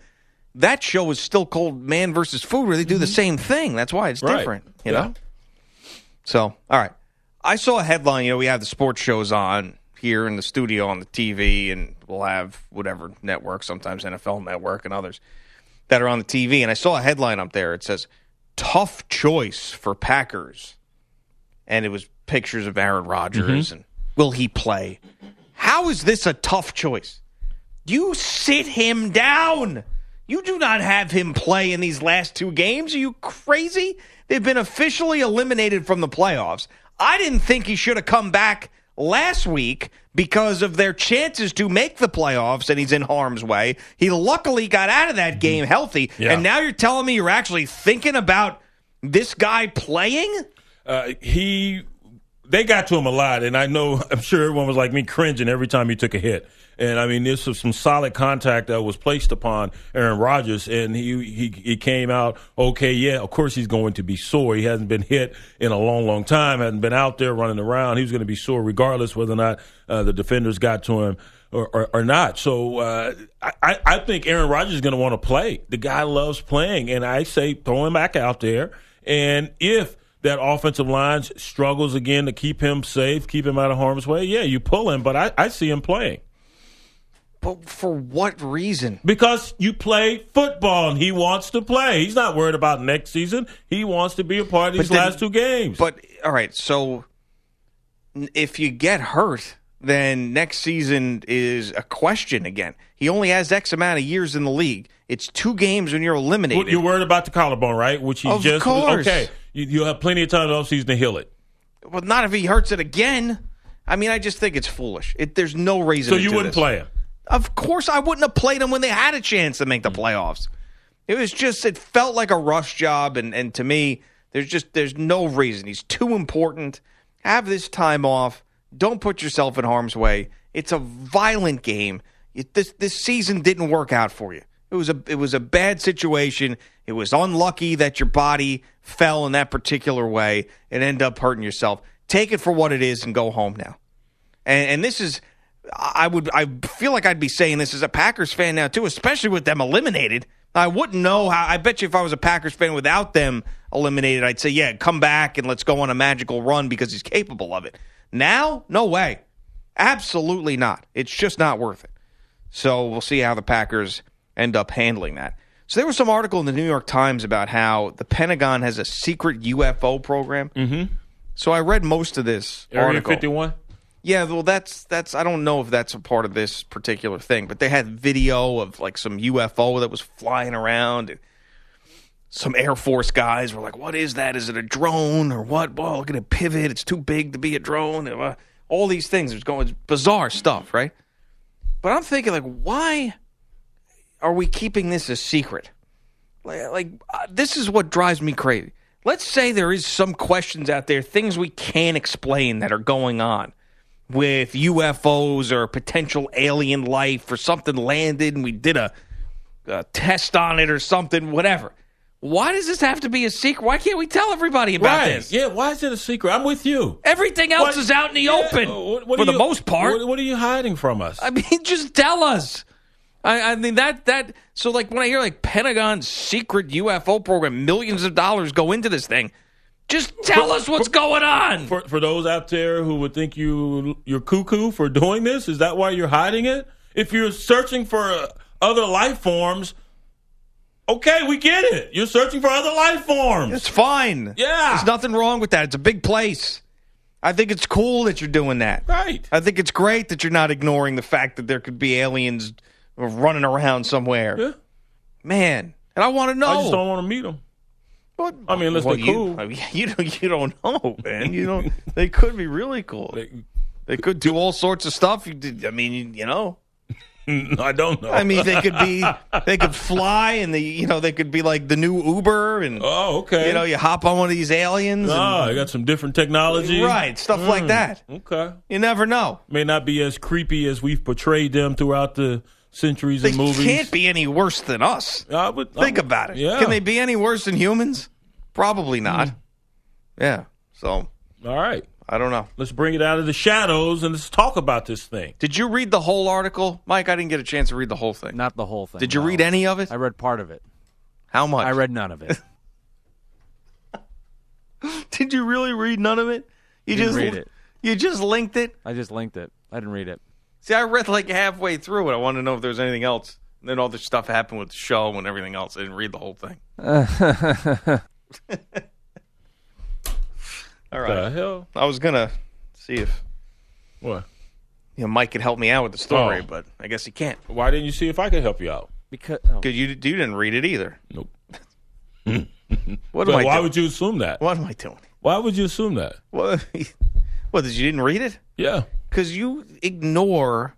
[SPEAKER 5] That show is still called Man versus Food, where they do the same thing. That's why it's
[SPEAKER 2] Mm-hmm. Right.
[SPEAKER 5] different. You
[SPEAKER 2] Yeah.
[SPEAKER 5] know. So, all right. I saw a headline. You know, we have the sports shows on here in the studio on the TV, and we'll have whatever network, sometimes NFL Network and others that are on the TV. And I saw a headline up there. It says, Tough choice for Packers. And it was pictures of Aaron Rodgers
[SPEAKER 2] Mm-hmm.
[SPEAKER 5] and will he play? How is this a tough choice? You sit him down. You do not have him play in these last two games. Are you crazy? They've been officially eliminated from the playoffs. I didn't think he should have come back last week because of their chances to make the playoffs and he's in harm's way. He luckily got out of that game healthy.
[SPEAKER 2] Yeah.
[SPEAKER 5] And now you're telling me you're actually thinking about this guy playing?
[SPEAKER 2] uh, he they got to him a lot, and I know [LAUGHS] I'm sure everyone was like me cringing every time he took a hit. And I mean, this was some solid contact that was placed upon Aaron Rodgers, and he, he he came out okay. Yeah, of course he's going to be sore. He hasn't been hit in a long, long time. Hasn't been out there running around. He was going to be sore regardless whether or not uh, the defenders got to him or, or, or not. So uh, I- I, I think Aaron Rodgers is going to want to play. The guy loves playing, and I say throw him back out there. And if that offensive line struggles again to keep him safe, keep him out of harm's way, yeah, you pull him, but I, I see him playing.
[SPEAKER 5] But for what reason?
[SPEAKER 2] Because you play football and he wants to play. He's not worried about next season. He wants to be a part of these
[SPEAKER 5] then-
[SPEAKER 2] last two games.
[SPEAKER 5] But all right, so n- if you get hurt, then next season is a question again. He only has X amount of years in the league. It's two games when you're eliminated.
[SPEAKER 2] Well, you're worried about the collarbone, right? Which he
[SPEAKER 5] Of
[SPEAKER 2] just
[SPEAKER 5] course.
[SPEAKER 2] okay. You, you have plenty of time in the offseason to heal it.
[SPEAKER 5] well, not if he hurts it again. I mean, I just think it's foolish. It, there's no reason.
[SPEAKER 2] So
[SPEAKER 5] to
[SPEAKER 2] you
[SPEAKER 5] do
[SPEAKER 2] wouldn't
[SPEAKER 5] this.
[SPEAKER 2] play him.
[SPEAKER 5] Of course, I wouldn't have played them when they had a chance to make the playoffs. It was just it felt like a rush job, and and to me, there's just there's no reason. He's too important. Have this time off. Don't put yourself in harm's way. It's a violent game. You, this this season didn't work out for you. It was a it was a bad situation. It was unlucky that your body fell in that particular way and end up hurting yourself. Take it for what it is and go home now. And, and this is I would I feel like I'd be saying this as a Packers fan now too, especially with them eliminated. I wouldn't know how. I bet you if I was a Packers fan without them eliminated, I'd say, yeah, come back and let's go on a magical run because he's capable of it. Now, no way. Absolutely not. It's just not worth it. So we'll see how the Packers end up handling that. So there was some article in the New York Times about how the Pentagon has a secret UFO program. Mm-hmm. So I read most of this
[SPEAKER 2] Area
[SPEAKER 5] article.
[SPEAKER 2] fifty one.
[SPEAKER 5] Yeah, well, that's that's. I don't know if that's a part of this particular thing, but they had video of like some UFO that was flying around. And some Air Force guys were like, "What is that? Is it a drone or what? Well, look at it pivot. It's too big to be a drone." and, uh, All these things. It's going bizarre stuff, right? But I'm thinking, like, why are we keeping this a secret? Like, like uh, this is what drives me crazy. Let's say there is some questions out there, things we can't explain that are going on with UFOs or potential alien life or something landed and we did a, a test on it or something, whatever. Why does this have to be a secret? Why can't we tell everybody about
[SPEAKER 2] Right.
[SPEAKER 5] this?
[SPEAKER 2] Yeah. Why is it a secret? I'm with you. Uh,
[SPEAKER 5] Everything else
[SPEAKER 2] is
[SPEAKER 5] is out in the open for the most part.
[SPEAKER 2] What, what are you hiding from us?
[SPEAKER 5] I mean, [LAUGHS] just tell us. I, I mean that that so like when I hear like Pentagon's secret UFO program, millions of dollars go into this thing. Just tell us what's going on.
[SPEAKER 2] for, for those out there who would think you you're cuckoo for doing this, is that why you're hiding it? If you're searching for uh, other life forms, okay, we get it. You're searching for other life forms.
[SPEAKER 5] It's fine.
[SPEAKER 2] Yeah.
[SPEAKER 5] There's nothing wrong with that. It's a big place. I think it's cool that you're doing that.
[SPEAKER 2] Right.
[SPEAKER 5] I think it's great that you're not ignoring the fact that there could be aliens running around somewhere.
[SPEAKER 2] Yeah.
[SPEAKER 5] Man, and I want to know.
[SPEAKER 2] I just don't want to meet them.
[SPEAKER 5] What-
[SPEAKER 2] I mean, unless
[SPEAKER 5] Well,
[SPEAKER 2] they're
[SPEAKER 5] you-
[SPEAKER 2] cool.
[SPEAKER 5] I mean, [LAUGHS] You, don't, you don't know, man. You don't. they could be really cool. They, could do all sorts of stuff. You did, I mean, you, you know.
[SPEAKER 2] [LAUGHS] I don't know.
[SPEAKER 5] I mean, they could be. They could fly, and they, you know, they could be like the new Uber, and
[SPEAKER 2] [LAUGHS] oh, okay.
[SPEAKER 5] you know, you hop on one of these aliens. and-
[SPEAKER 2] ah, I got some different technology.
[SPEAKER 5] Right, stuff
[SPEAKER 4] Hmm.
[SPEAKER 5] like that.
[SPEAKER 2] Okay.
[SPEAKER 5] You never know.
[SPEAKER 2] May not be as creepy as we've portrayed them throughout the centuries
[SPEAKER 5] They
[SPEAKER 2] and movies.
[SPEAKER 5] can't be any worse than us.
[SPEAKER 2] I would I
[SPEAKER 5] Think
[SPEAKER 4] Um,
[SPEAKER 2] would-
[SPEAKER 5] about it.
[SPEAKER 2] Yeah.
[SPEAKER 5] Can they be any worse than humans? Probably
[SPEAKER 4] Hmm.
[SPEAKER 5] not. Yeah. So
[SPEAKER 2] All right.
[SPEAKER 5] I don't know.
[SPEAKER 2] Let's bring it out of the shadows and let's talk about this thing.
[SPEAKER 5] Did you read the whole article, Mike? I didn't get a chance to read the whole thing.
[SPEAKER 4] Not the whole thing.
[SPEAKER 5] Did you
[SPEAKER 4] no.
[SPEAKER 5] read any of it?
[SPEAKER 4] I read part of it.
[SPEAKER 5] How much?
[SPEAKER 4] I read none of it.
[SPEAKER 5] [LAUGHS] Did you really read none of it? You
[SPEAKER 4] Didn't
[SPEAKER 5] just
[SPEAKER 4] read it.
[SPEAKER 5] You just linked it.
[SPEAKER 4] I just linked it. I didn't read it.
[SPEAKER 5] See, I read like halfway through it. I wanted to know if there was anything else. And then all this stuff happened with the show and everything else. I didn't read the
[SPEAKER 2] [LAUGHS]
[SPEAKER 5] whole thing. all right.
[SPEAKER 2] The hell?
[SPEAKER 5] I was gonna see if
[SPEAKER 2] What?
[SPEAKER 5] you know, Mike could help me out with the story,
[SPEAKER 2] Oh.
[SPEAKER 5] but I guess he can't.
[SPEAKER 2] Why didn't you see if I could help you out?
[SPEAKER 4] Because oh,
[SPEAKER 5] Cause you you didn't read it either.
[SPEAKER 2] Nope.
[SPEAKER 5] What am I
[SPEAKER 2] But why
[SPEAKER 5] doing?
[SPEAKER 2] would you assume that?
[SPEAKER 5] what am I doing?
[SPEAKER 2] Why would you assume that?
[SPEAKER 5] What? [LAUGHS] what? Did you didn't read it?
[SPEAKER 2] Yeah.
[SPEAKER 5] Because you ignore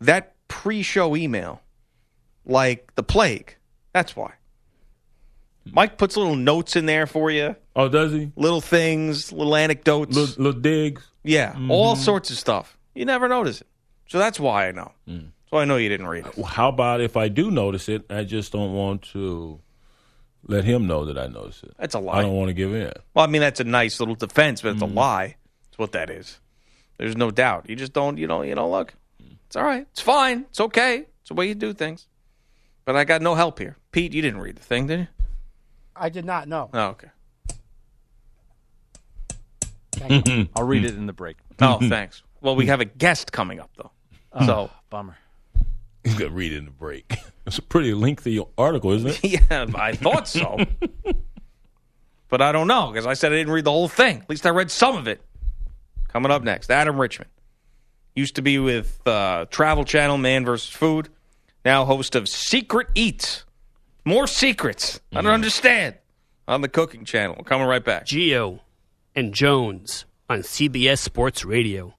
[SPEAKER 5] that pre-show email like the plague. That's why. Mike puts little notes in there for you,
[SPEAKER 2] Oh, does he?
[SPEAKER 5] little things, little anecdotes.
[SPEAKER 2] Little, little digs.
[SPEAKER 5] yeah, all sorts of stuff. You never notice it. So that's why I know. So I know you didn't read it.
[SPEAKER 2] Well, how about if I do notice it, I just don't want to let him know that I notice it.
[SPEAKER 5] That's a lie.
[SPEAKER 2] I don't want to give in. [LAUGHS]
[SPEAKER 5] Well, I mean, that's a nice little defense, but it's a lie. It's what that is. There's no doubt. You just don't, you know, you don't look. It's all right. It's fine. It's okay. It's the way you do things. But I got no help here. Pete, you didn't read the thing, did you?
[SPEAKER 6] I did not know.
[SPEAKER 5] Oh, okay.
[SPEAKER 4] I'll read it in the break.
[SPEAKER 5] Oh, thanks. Well, we have a guest coming up, though. So,
[SPEAKER 4] Bummer.
[SPEAKER 2] He's going to read it in the break. [LAUGHS] It's a pretty lengthy article, isn't it?
[SPEAKER 5] yeah, I thought so. [LAUGHS] but I don't know because I said I didn't read the whole thing. At least I read some of it. Coming up next, Adam Richmond. Used to be with uh, Travel Channel, Man vs. Food. Now host of Secret Eats. More secrets. I don't understand. On the Cooking Channel. We're coming right back.
[SPEAKER 10] Geo and Jones on CBS Sports Radio.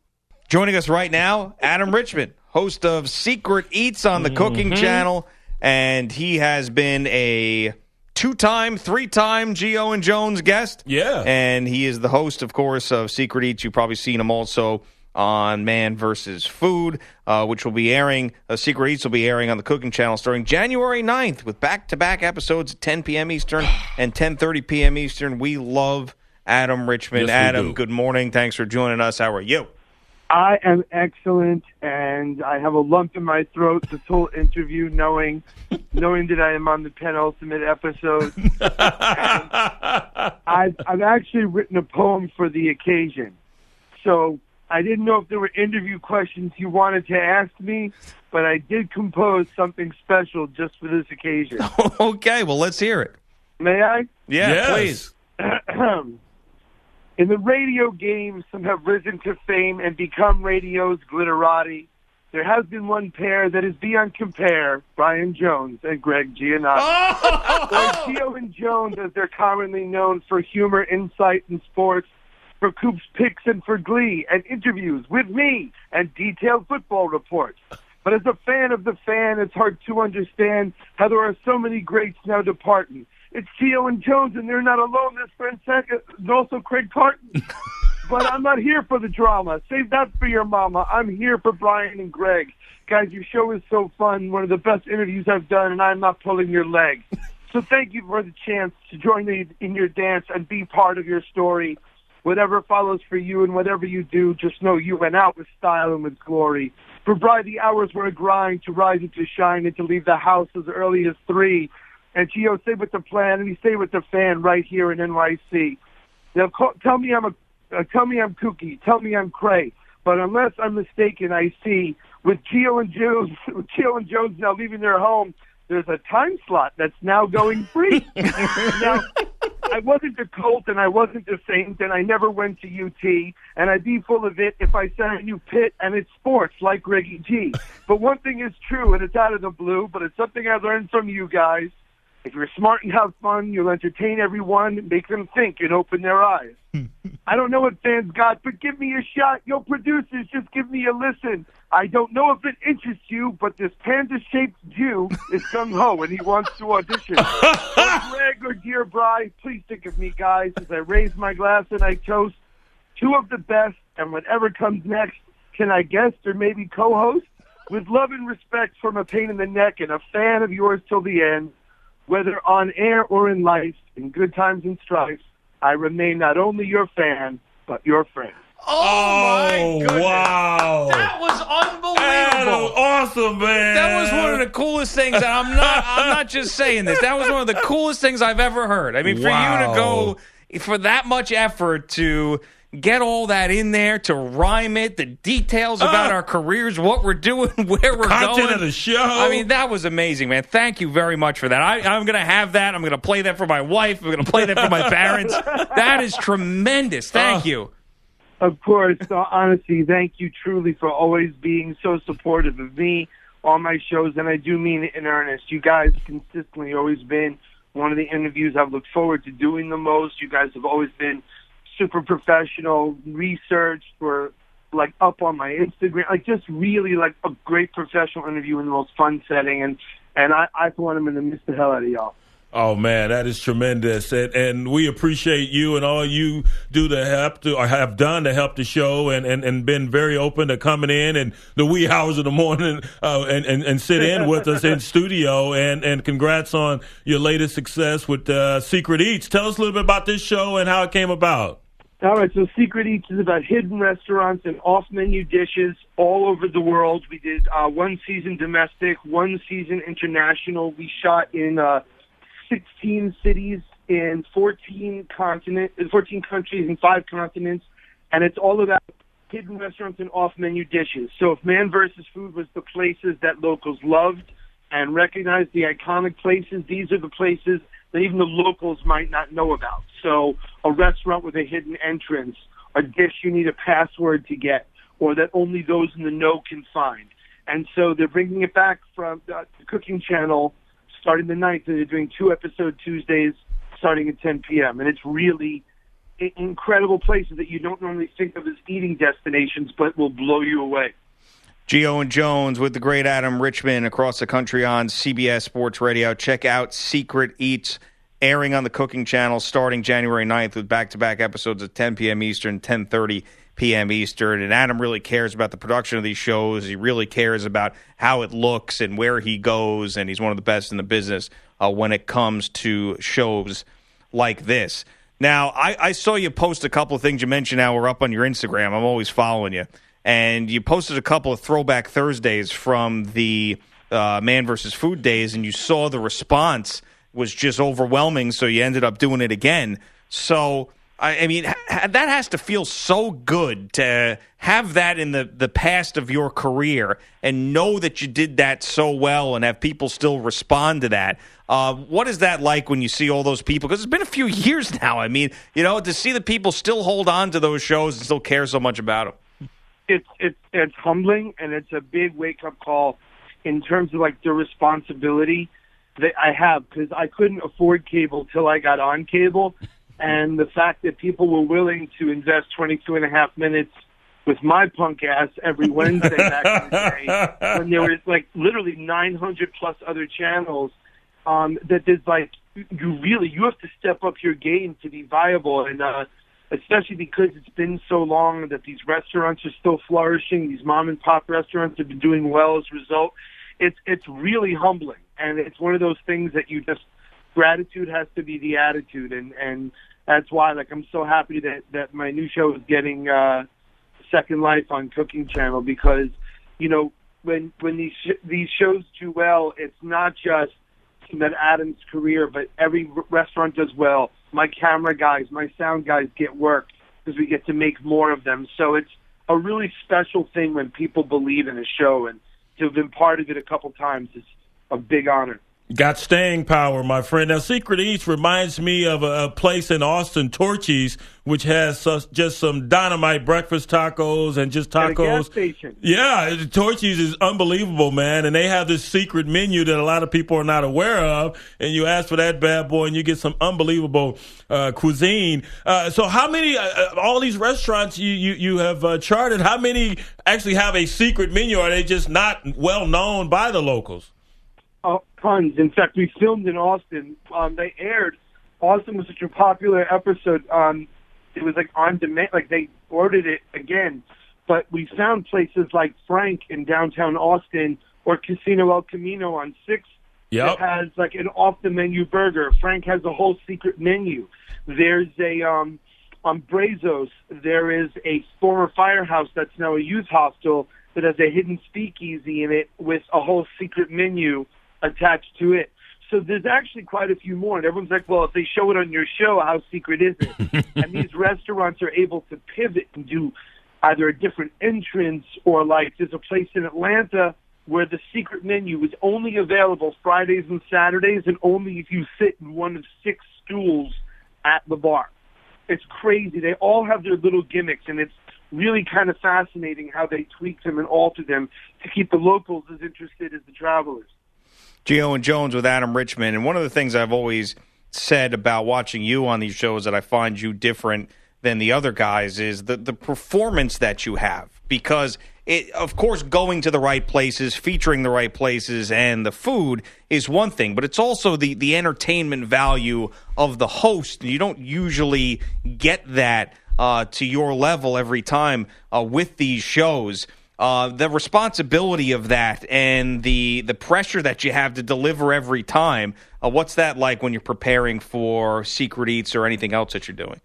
[SPEAKER 5] Joining us right now, Adam Richmond, host of Secret Eats on the
[SPEAKER 11] Mm-hmm.
[SPEAKER 5] Cooking Channel, and he has been a two-time, three-time Geo and Jones guest.
[SPEAKER 2] Yeah.
[SPEAKER 5] and he is the host, of course, of Secret Eats. You've probably seen him also on Man versus Food, uh, which will be airing, uh, Secret Eats will be airing on the Cooking Channel starting January 9th with back-to-back episodes at 10 p.m.
[SPEAKER 11] [SIGHS]
[SPEAKER 5] Eastern and 10.30 p.m. Eastern. We love Adam Richmond.
[SPEAKER 11] Yes, we
[SPEAKER 5] Adam,
[SPEAKER 11] do.
[SPEAKER 5] good morning. Thanks for joining us. How are you?
[SPEAKER 11] I am excellent, and I have a lump in my throat this whole interview, knowing, knowing that I am on the penultimate episode. And I've, I've actually written a poem for the occasion, so I didn't know if there were interview questions you wanted to ask me, but I did compose something special just for this occasion.
[SPEAKER 5] [LAUGHS] okay, well, let's hear it.
[SPEAKER 11] May I?
[SPEAKER 5] [LAUGHS] Yeah, Yes. please.
[SPEAKER 11] [CLEARS THROAT] In the radio game, some have risen to fame and become radio's glitterati. There has been one pair that is beyond compare, Brian Jones and Greg Giannotti. Or Gio and Jones, as they're commonly known for humor, insight, and sports, for Coop's picks and for glee, and interviews with me, and detailed football reports. But as a fan of the fan, it's hard to understand how there are so many greats now departing. It's Gio and Jones, and they're not alone. This friend second, and also Craig Carton. but I'm not here for the drama. Save that for your mama. I'm here for Brian and Greg. Guys, your show is so fun. One of the best interviews I've done, and I'm not pulling your leg. So thank you for the chance to join me in your dance and be part of your story. Whatever follows for you and whatever you do, just know you went out with style and with glory. For Brian, the hours were a grind to rise and to shine and to leave the house as early as three. And Gio, stay with the plan and he stay with the fan right here in NYC. Now, call, tell me I'm a, uh, tell me I'm kooky, tell me I'm cray. But unless I'm mistaken, I see with Gio and Jones, [LAUGHS] with Gio and Jones now leaving their home, there's a time slot that's now going free. now, I wasn't a Colt and I wasn't a Saint and I never went to UT and I'd be full of it if I said I knew Pitt and it's sports like Reggie G. But one thing is true and it's out of the blue, but it's something I learned from you guys. If you're smart and have fun, you'll entertain everyone, make them think, and open their eyes. I don't know what fans got, but give me a shot. Yo, producers, just give me a listen. I don't know if it interests you, but this panda shaped Jew is gung ho and he wants to audition. Or Greg or Dear Bry, please think of me, guys, as I raise my glass and I toast two of the best, and whatever comes next, can I guest or maybe co host? With love and respect from a pain in the neck and a fan of yours till the end, whether on air or in life, in good times and strife, I remain not only your fan, but your friend.
[SPEAKER 5] Oh, my goodness.
[SPEAKER 2] wow.
[SPEAKER 5] That was unbelievable.
[SPEAKER 2] awesome, man.
[SPEAKER 5] That was one of the coolest things. And I'm not I'm not just saying this. That was one of the coolest things I've ever heard. I mean, for you to
[SPEAKER 2] Wow.
[SPEAKER 5] go for that much effort to get all that in there, to rhyme it, the details about
[SPEAKER 2] Uh.
[SPEAKER 5] our careers, what we're doing, [LAUGHS] where we're
[SPEAKER 2] content
[SPEAKER 5] going.
[SPEAKER 2] of the show.
[SPEAKER 5] I mean, that was amazing, man. Thank you very much for that. I, I'm going to have that. I'm going to play that for my wife. I'm going to play that for
[SPEAKER 2] [LAUGHS]
[SPEAKER 5] my parents. that is tremendous.
[SPEAKER 2] Ah.
[SPEAKER 5] Thank you.
[SPEAKER 11] Of course, uh, honestly, thank you truly for always being so supportive of me on my shows, and I do mean it in earnest. You guys consistently always been one of the interviews I've looked forward to doing the most. You guys have always been super professional, researched for like up on my Instagram, like just really like a great professional interview in the most fun setting, and and I, I for one am going to miss the hell out of y'all.
[SPEAKER 2] Oh man, that is tremendous, and, and we appreciate you and all you do to help to or have done to help the show, and, and, and been very open to coming in and the wee hours of the morning uh, and, and and sit in with us in studio, and and congrats on your latest success with uh, Secret Eats. Tell us a little bit about this show and how it came about.
[SPEAKER 11] All right, so Secret Eats is about hidden restaurants and off-menu dishes all over the world. We did uh, one season domestic, one season international. We shot in uh, 16 cities in 14 continent, in 14 countries and five continents, and it's all about hidden restaurants and off-menu dishes. So if Man versus Food was the places that locals loved and recognized the iconic places, these are the places that even the locals might not know about. So a restaurant with a hidden entrance, a dish you need a password to get, or that only those in the know can find. And so they're bringing it back from uh, the Cooking Channel starting the ninth, and they're doing two episode Tuesdays starting at 10 p.m. And it's really i- incredible places that you don't normally think of as eating destinations, but will blow you away.
[SPEAKER 5] Geo and Jones with the great Adam Richmond across the country on CBS Sports Radio. Check out Secret Eats airing on the Cooking Channel starting January 9th with back-to-back episodes at 10 p.m. Eastern, 10:30 p.m. Eastern. And Adam really cares about the production of these shows. He really cares about how it looks and where he goes. And he's one of the best in the business uh, when it comes to shows like this. Now, I, I saw you post a couple of things you mentioned now were up on your Instagram. I'm always following you. And you posted a couple of throwback Thursdays from the uh, Man versus Food days, and you saw the response was just overwhelming. So you ended up doing it again. So I, I mean, ha- ha- that has to feel so good to have that in the the past of your career and know that you did that so well and have people still respond to that. Uh, what is that like when you see all those people? Because it's been a few [LAUGHS] years now. I mean, you know, to see the people still hold on to those shows and still care so much about them.
[SPEAKER 11] it's it's it's humbling and it's a big wake up call in terms of like the responsibility that I have because I couldn't afford cable till I got on cable, and the fact that people were willing to invest twenty two and a half minutes with my punk ass every Wednesday back in the day when there was like literally nine hundred plus other channels um, that there's like you really you have to step up your game to be viable and. uh especially because it's been so long that these restaurants are still flourishing. These mom and pop restaurants have been doing well as a result. It's it's really humbling, and it's one of those things that you just gratitude has to be the attitude, and and that's why like I'm so happy that that my new show is getting uh, second life on Cooking Channel because you know when when these sh- these shows do well, it's not just that Adam's career, but every r- restaurant does well. My camera guys, my sound guys get work because we get to make more of them. So it's a really special thing when people believe in a show, and to have been part of it a couple times is a big honor.
[SPEAKER 2] Got staying power, my friend. Now, Secret East reminds me of a, a place in Austin, Torchy's, which has sus- just some dynamite breakfast tacos and just
[SPEAKER 11] At a gas
[SPEAKER 2] tacos.
[SPEAKER 11] station.
[SPEAKER 2] Yeah, it- Torchy's is unbelievable, man. And they have this secret menu that a lot of people are not aware of. And you ask for that bad boy, and you get some unbelievable uh, cuisine. Uh, so, how many, uh, uh, all these restaurants you, you, you have uh, charted, how many actually have a secret menu? Are they just not well known by the locals?
[SPEAKER 11] Oh, tons. In fact, we filmed in Austin. Um, they aired. Austin was such a popular episode. Um, it was like on demand. Like they ordered it again. But we found places like Frank in downtown Austin or Casino El Camino on Sixth.
[SPEAKER 2] Yep.
[SPEAKER 11] It has like an off the menu burger. Frank has a whole secret menu. There's a um on Brazos, there is a former firehouse that's now a youth hostel that has a hidden speakeasy in it with a whole secret menu attached to it. So there's actually quite a few more. And everyone's like, well, if they show it on your show, how secret is it? and these restaurants are able to pivot and do either a different entrance or like there's a place in Atlanta where the secret menu is only available Fridays and Saturdays and only if you sit in one of six stools at the bar. It's crazy. They all have their little gimmicks and it's really kind of fascinating how they tweak them and alter them to keep the locals as interested as the travelers.
[SPEAKER 5] Gio and Jones with Adam Richmond. And one of the things I've always said about watching you on these shows that I find you different than the other guys is the, the performance that you have. Because it of course going to the right places, featuring the right places, and the food is one thing, but it's also the the entertainment value of the host. You don't usually get that uh, to your level every time uh, with these shows uh, the responsibility of that and the the pressure that you have to deliver every time. Uh, what's that like when you're preparing for secret eats or anything else that you're doing?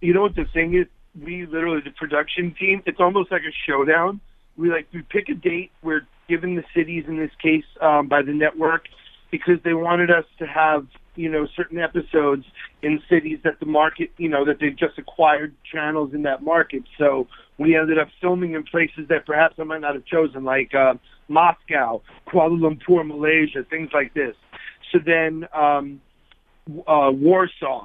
[SPEAKER 11] you know what the thing is? We literally the production team. It's almost like a showdown. We like we pick a date. We're given the cities in this case um, by the network because they wanted us to have you know certain episodes in cities that the market you know that they've just acquired channels in that market. So we ended up filming in places that perhaps I might not have chosen, like uh, Moscow, Kuala Lumpur, Malaysia, things like this. So then um, w- uh, Warsaw.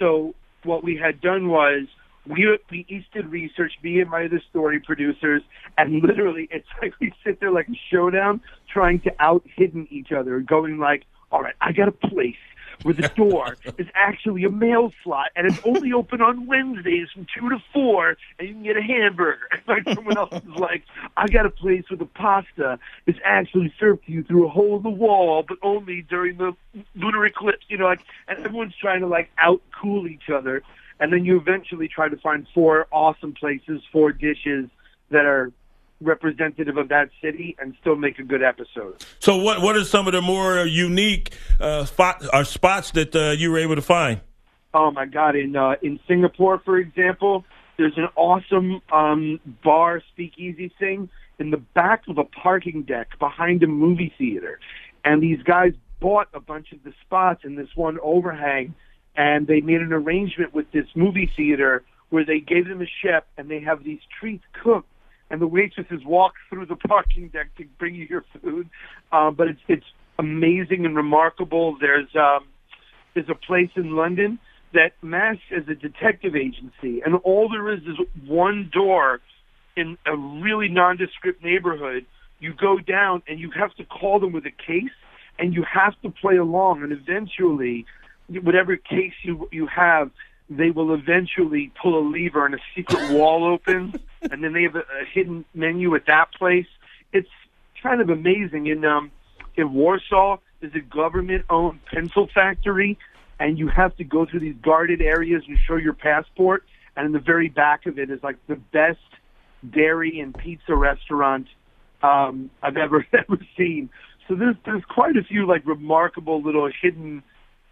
[SPEAKER 11] So what we had done was we we each did research, me and my other story producers, and literally it's [LAUGHS] like we sit there like a showdown, trying to out hidden each other, going like, all right, I got a place where the door is actually a mail slot, and it's only open on Wednesdays from two to four, and you can get a hamburger. [LAUGHS] And like someone else is like, I got a place where the pasta is actually served to you through a hole in the wall, but only during the lunar eclipse. You know, like, and everyone's trying to like out cool each other. and then you eventually try to find four awesome places, four dishes that are representative of that city, and still make a good episode.
[SPEAKER 2] So what what are some of the more unique uh, spot, or spots that uh, you were able to find?
[SPEAKER 11] Oh my God! In uh, in Singapore, for example, there's an awesome um, bar speakeasy thing in the back of a parking deck behind a movie theater, and these guys bought a bunch of the spots in this one overhang, and they made an arrangement with this movie theater where they gave them a chef and they have these treats cooked. And the waitresses walk through the parking deck to bring you your food, uh, but it's it's amazing and remarkable. There's um, there's a place in London that masks as a detective agency, and all there is is one door in a really nondescript neighborhood. You go down and you have to call them with a case, and you have to play along, and eventually, whatever case you you have. They will eventually pull a lever and a secret wall opens, and then they have a, a hidden menu at that place. It's kind of amazing. In um, in Warsaw, there's a government-owned pencil factory, and you have to go through these guarded areas and show your passport. And in the very back of it is like the best dairy and pizza restaurant um, I've ever [LAUGHS] ever seen. So there's there's quite a few like remarkable little hidden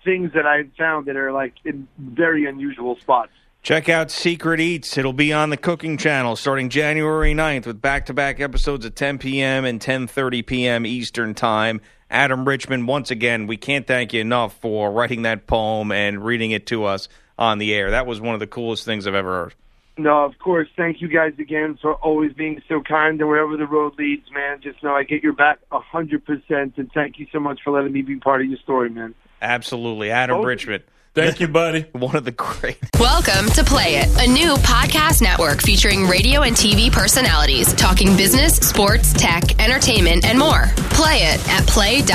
[SPEAKER 11] things that I've found that are like in very unusual spots.
[SPEAKER 5] Check out Secret Eats. It'll be on the Cooking Channel starting January 9th with back-to-back episodes at 10 p.m. and 10:30 p.m. Eastern Time. Adam Richmond, once again, we can't thank you enough for writing that poem and reading it to us on the air. That was one of the coolest things I've ever heard.
[SPEAKER 11] No, of course. Thank you guys again for always being so kind and wherever the road leads, man. Just know I get your back a hundred percent, and thank you so much for letting me be part of your story, man.
[SPEAKER 5] Absolutely, Adam
[SPEAKER 11] Oh.
[SPEAKER 5] Richmond.
[SPEAKER 2] Thank you, buddy.
[SPEAKER 5] one of the [LAUGHS] great.
[SPEAKER 12] Welcome to Play It, a new podcast network featuring radio and TV personalities talking business, sports, tech, entertainment, and more. Play it at play.it.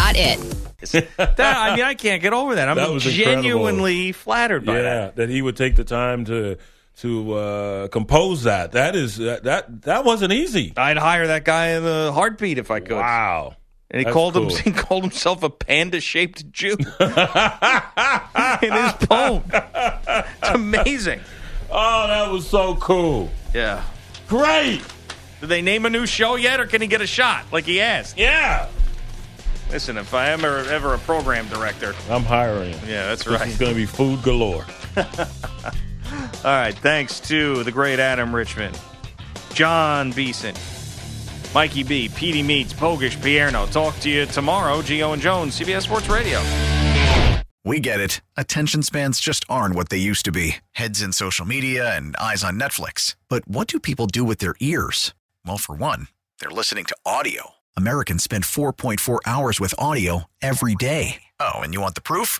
[SPEAKER 5] that, I mean, I can't get over that. I'm
[SPEAKER 2] That was
[SPEAKER 5] genuinely
[SPEAKER 2] incredible.
[SPEAKER 5] flattered by
[SPEAKER 2] yeah,
[SPEAKER 5] that.
[SPEAKER 2] that he would take the time to to uh, compose that. That is that, that that wasn't easy.
[SPEAKER 5] I'd hire that guy in a heartbeat if I could.
[SPEAKER 2] Wow.
[SPEAKER 5] And he
[SPEAKER 2] That's
[SPEAKER 5] called him
[SPEAKER 2] cool.
[SPEAKER 5] [LAUGHS] he called himself a panda
[SPEAKER 2] [LAUGHS]
[SPEAKER 5] shaped Jew in his poem. It's amazing.
[SPEAKER 2] Oh, that was so cool.
[SPEAKER 5] Yeah.
[SPEAKER 2] Great.
[SPEAKER 5] Did they name a new show yet, or can he get a shot like he asked?
[SPEAKER 2] Yeah.
[SPEAKER 5] Listen, if I am ever, ever a program director,
[SPEAKER 2] I'm hiring.
[SPEAKER 5] Yeah, that's
[SPEAKER 2] This
[SPEAKER 5] right.
[SPEAKER 2] is going to be food galore.
[SPEAKER 5] All right, thanks to the great Adam Richmond, John Beeson, Mikey B, Petey Meats, Bogish Pierno. Talk to you tomorrow. Geo and Jones, CBS Sports Radio.
[SPEAKER 13] We get it. Attention spans just aren't what they used to be heads in social media and eyes on Netflix. But what do people do with their ears? Well, for one, they're listening to audio. Americans spend 4.4 hours with audio every day. Oh, and you want the proof?